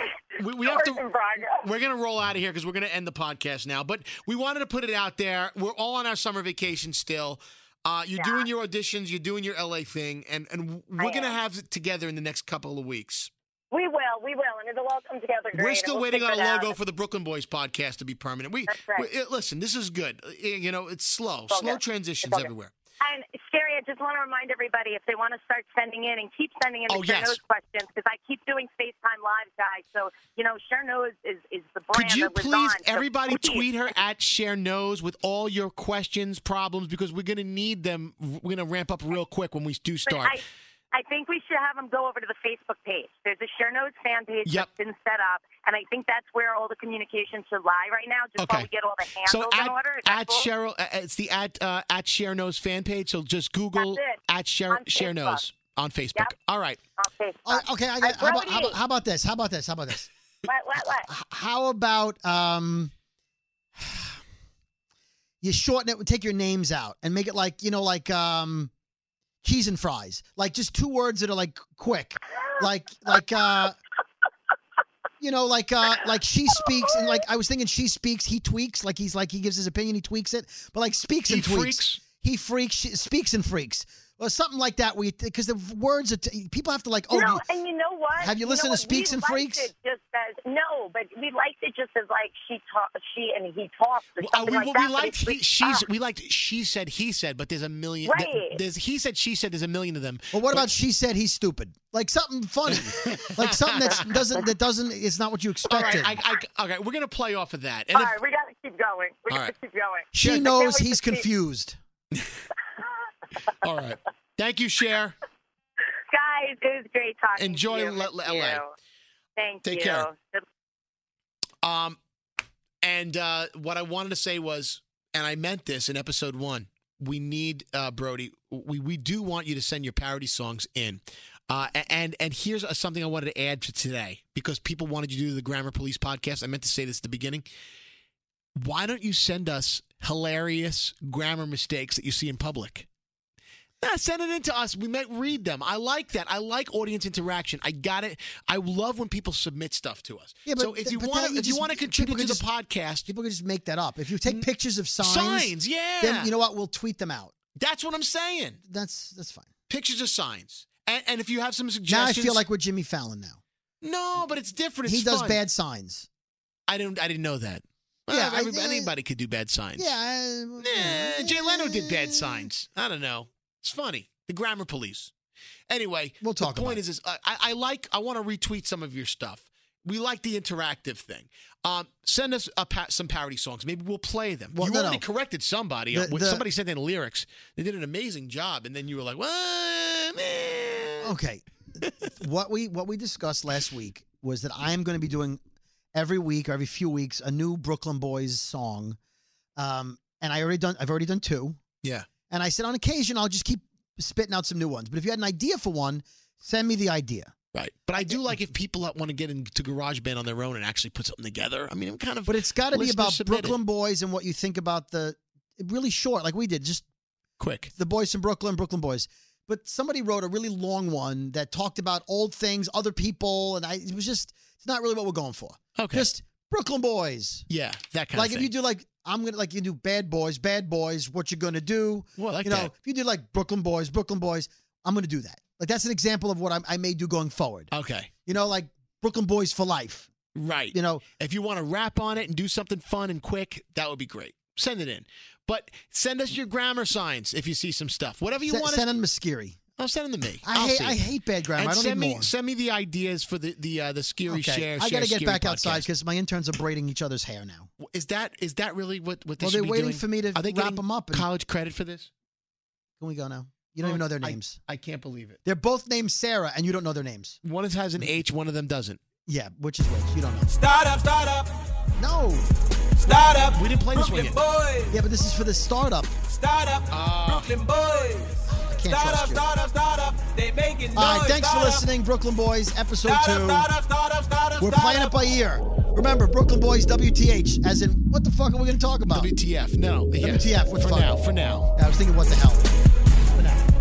S1: we, we have
S5: Work in
S1: to.
S5: progress.
S1: We're gonna roll out of here because we're gonna end the podcast now. But we wanted to put it out there. We're all on our summer vacation still. Uh, you're
S5: Yeah.
S1: doing your auditions. You're doing your LA thing, and and we're gonna
S5: am.
S1: have it together in the next couple of weeks.
S5: We will, we will, and it'll all come together great.
S1: We're
S5: and
S1: still
S5: we'll
S1: waiting on a
S5: figure it out.
S1: logo for the Brooklyn Boys podcast to be permanent. We,
S5: That's right.
S1: we- uh, listen. This is good. Uh, You know, it's slow,
S5: all
S1: slow
S5: good.
S1: transitions
S5: all good.
S1: everywhere.
S5: And Scary, I just want to remind everybody if they want to start sending in and keep sending in
S1: Oh,
S5: the
S1: yes.
S5: Sure Knows questions because I keep doing FaceTime live, guys. So you know, Sure Knows is is the brand.
S1: Could you
S5: that was
S1: please,
S5: on, so
S1: everybody,
S5: please.
S1: tweet her at Share Knows with all your questions, problems, because we're going to need them. We're going to ramp up real quick when we do
S5: But
S1: start.
S5: I, I think we should have them go over to the Facebook page. There's a Sure Knows fan page
S1: Yep.
S5: that's been set up, and I think that's where all the communication should lie right now, just
S1: Okay.
S5: while we get all the handles
S1: so
S5: in
S1: at,
S5: order. Is that
S1: at
S5: cool?
S1: Cheryl, uh, it's the at uh, at Share Knows fan page. So just Google
S5: That's it.
S1: at Share
S5: On
S1: Share
S5: Facebook.
S1: Knows on Facebook.
S5: Yep.
S1: All right,
S5: on Facebook.
S2: Uh, okay, I got,
S5: Uh,
S2: how, about,
S5: Brody.
S2: how, about, how about this? How about this? How about this?
S5: What, what, what?
S2: H- How about um, you shorten it, take your names out, and make it like you know, like um, cheese and fries, like just two words that are like quick, like like uh, you know, like uh, like she speaks, and like I was thinking, she speaks, he tweaks, like he's like he gives his opinion, he tweaks it, but like speaks
S1: he
S2: and tweaks
S1: freaks.
S2: he freaks, she speaks and freaks, or something like that. We because the words are t- people have to like, oh,
S5: no,
S2: you-
S5: and you know what?
S2: Have you
S5: know
S2: listened to
S5: what?
S2: Speaks
S5: We
S2: and
S5: liked
S2: Freaks?
S5: It just as no, but we liked it just as like she talk, she and he talks or
S1: Well, uh,
S5: something
S1: we,
S5: like
S1: well,
S5: that.
S1: we
S5: but
S1: liked
S5: it's-
S1: he, she's
S5: ah,
S1: we liked she said he said, but there's a million. th-
S5: Right.
S1: There's he said she said. There's a million of them.
S2: Well, what about she said he's stupid? Like something funny, like something that doesn't that doesn't is not what you
S1: All right,
S2: expected.
S1: I, I, okay, we're gonna play off of that. And
S5: all
S1: if-
S5: right, we gotta keep going. We
S1: All
S5: gotta
S1: right.
S5: keep going.
S2: she
S5: I can't
S2: knows
S5: wait to
S2: he's
S5: see-
S2: confused.
S1: all right. Thank you, Cher.
S5: Guys, it was great talking.
S1: Enjoy
S5: to you.
S1: L-
S5: Thank
S1: LA.
S5: you. Thank
S1: Take
S5: you.
S1: care.
S5: Good
S1: Um, and uh, what I wanted to say was, and I meant this in episode one. We need uh, Brody. We we do want you to send your parody songs in. Uh, a- and and here's uh, something I wanted to add to today because people wanted you to do the Grammar Police podcast. I meant to say this at the beginning. Why don't you send us hilarious grammar mistakes that you see in public? Nah, send it in to us. We might read them. I like that. I like audience interaction. I got it. I love when people submit stuff to us.
S2: Yeah, but
S1: so if
S2: th-
S1: you
S2: but
S1: want
S2: then
S1: to,
S2: you
S1: if you
S2: just-
S1: want to
S2: people
S1: contribute to
S2: could
S1: the
S2: just-
S1: podcast,
S2: People can just make that up. If you take pictures of signs,
S1: signs, yeah,
S2: then you know what? We'll tweet them out.
S1: that's what I'm saying.
S2: That's that's fine.
S1: Pictures of signs, and, and if you have some
S2: Now I
S1: suggestions,
S2: feel like we're Jimmy Fallon now.
S1: no, but it's different. It's
S2: he does
S1: fun.
S2: bad signs.
S1: I don't. I didn't know that.
S2: Yeah,
S1: Well,
S2: I-
S1: everybody,
S2: yeah.
S1: anybody could do bad signs.
S2: Yeah, I-
S1: Nah, Jay Leno did bad
S2: Eh.
S1: signs. I don't know. It's funny. The grammar police. Anyway,
S2: We'll talk
S1: The
S2: about
S1: point
S2: it.
S1: is, is I, I I like. I want to retweet some of your stuff. We like the interactive thing. Um, send us a pa- some parody songs. Maybe we'll play them.
S2: Well,
S1: you
S2: no,
S1: already
S2: no.
S1: corrected somebody. Uh,
S2: The-
S1: When
S2: the-
S1: somebody sent in lyrics. They did an amazing job, and then you were like, "What?" man?"
S2: Okay. what we what we discussed last week was that I am going to be doing every week or every few weeks a new Brooklyn Boys song, um, and I already done I've already done two.
S1: Yeah.
S2: And I said on occasion I'll just keep spitting out some new ones. But if you had an idea for one, send me the idea.
S1: Right. But I do like if people want to get into GarageBand on their own and actually put something together. I mean, I'm kind of.
S2: But it's got to be
S1: Listener
S2: about
S1: submitted.
S2: Brooklyn Boys and what you think about the really short like we did just
S1: quick.
S2: the boys from Brooklyn, Brooklyn Boys. But somebody wrote a really long one that talked about old things, other people, and I it was just it's not really what we're going for.
S1: Okay.
S2: Just Brooklyn Boys.
S1: yeah, that kind
S2: like
S1: of
S2: if
S1: thing.
S2: you do like I'm gonna like you do bad boys, bad boys, what you're gonna do.
S1: well, I like
S2: you know,
S1: that.
S2: if you do like Brooklyn boys, Brooklyn boys, I'm gonna do that. Like that's an example of what I, I may do going forward.
S1: Okay.
S2: You know, like Brooklyn boys for life.
S1: Right.
S2: You know,
S1: If you want to rap on it and do something fun and quick, that would be great. send it in. But send us your grammar signs if you see some stuff. Whatever you
S2: Se-
S1: want.
S2: send
S1: Us,
S2: in Maskiri.
S1: no, send them to me.
S2: I
S1: will
S2: hate,
S1: see.
S2: I hate bad grammar.
S1: and
S2: I don't
S1: send
S2: need
S1: me
S2: more.
S1: send me the ideas for the the uh, the Skiri
S2: Okay.
S1: share.
S2: I
S1: got to
S2: get back outside
S1: Podcast.
S2: because my interns are braiding each other's hair now.
S1: Is that is that really what what they
S2: Well,
S1: should
S2: they're
S1: be
S2: waiting
S1: doing?
S2: for me to
S1: Are they
S2: wrap
S1: getting
S2: them up. And, can
S1: college credit for this?
S2: we go now? You don't even know their names.
S1: Oh, I can't believe it.
S2: They're both named Sarah, and you don't know their names.
S1: One has an H, one of them doesn't.
S2: Yeah, which is which? You don't know.
S3: Start up, start up,
S2: No.
S3: start up.
S1: We didn't play this one
S3: Brooklyn
S1: yet.
S3: boys,
S2: Yeah, but this is for the startup. Ah.
S3: start up. Brooklyn boys,
S2: can't
S3: start up,
S2: trust you.
S3: start up, start up. They making noise.
S2: All right, thanks for
S3: Start up,
S2: listening, Brooklyn Boys, episode
S3: Start up,
S2: two.
S3: start up, start up, start up.
S2: We're
S3: start
S2: playing
S3: up.
S2: it by ear. Remember, Brooklyn Boys, WTH, as in, what the fuck are we going to talk about?
S1: WTF? No. yeah.
S2: WTF, what the
S1: for
S2: fuck?
S1: now? For now.
S2: I was thinking, what the hell? For now.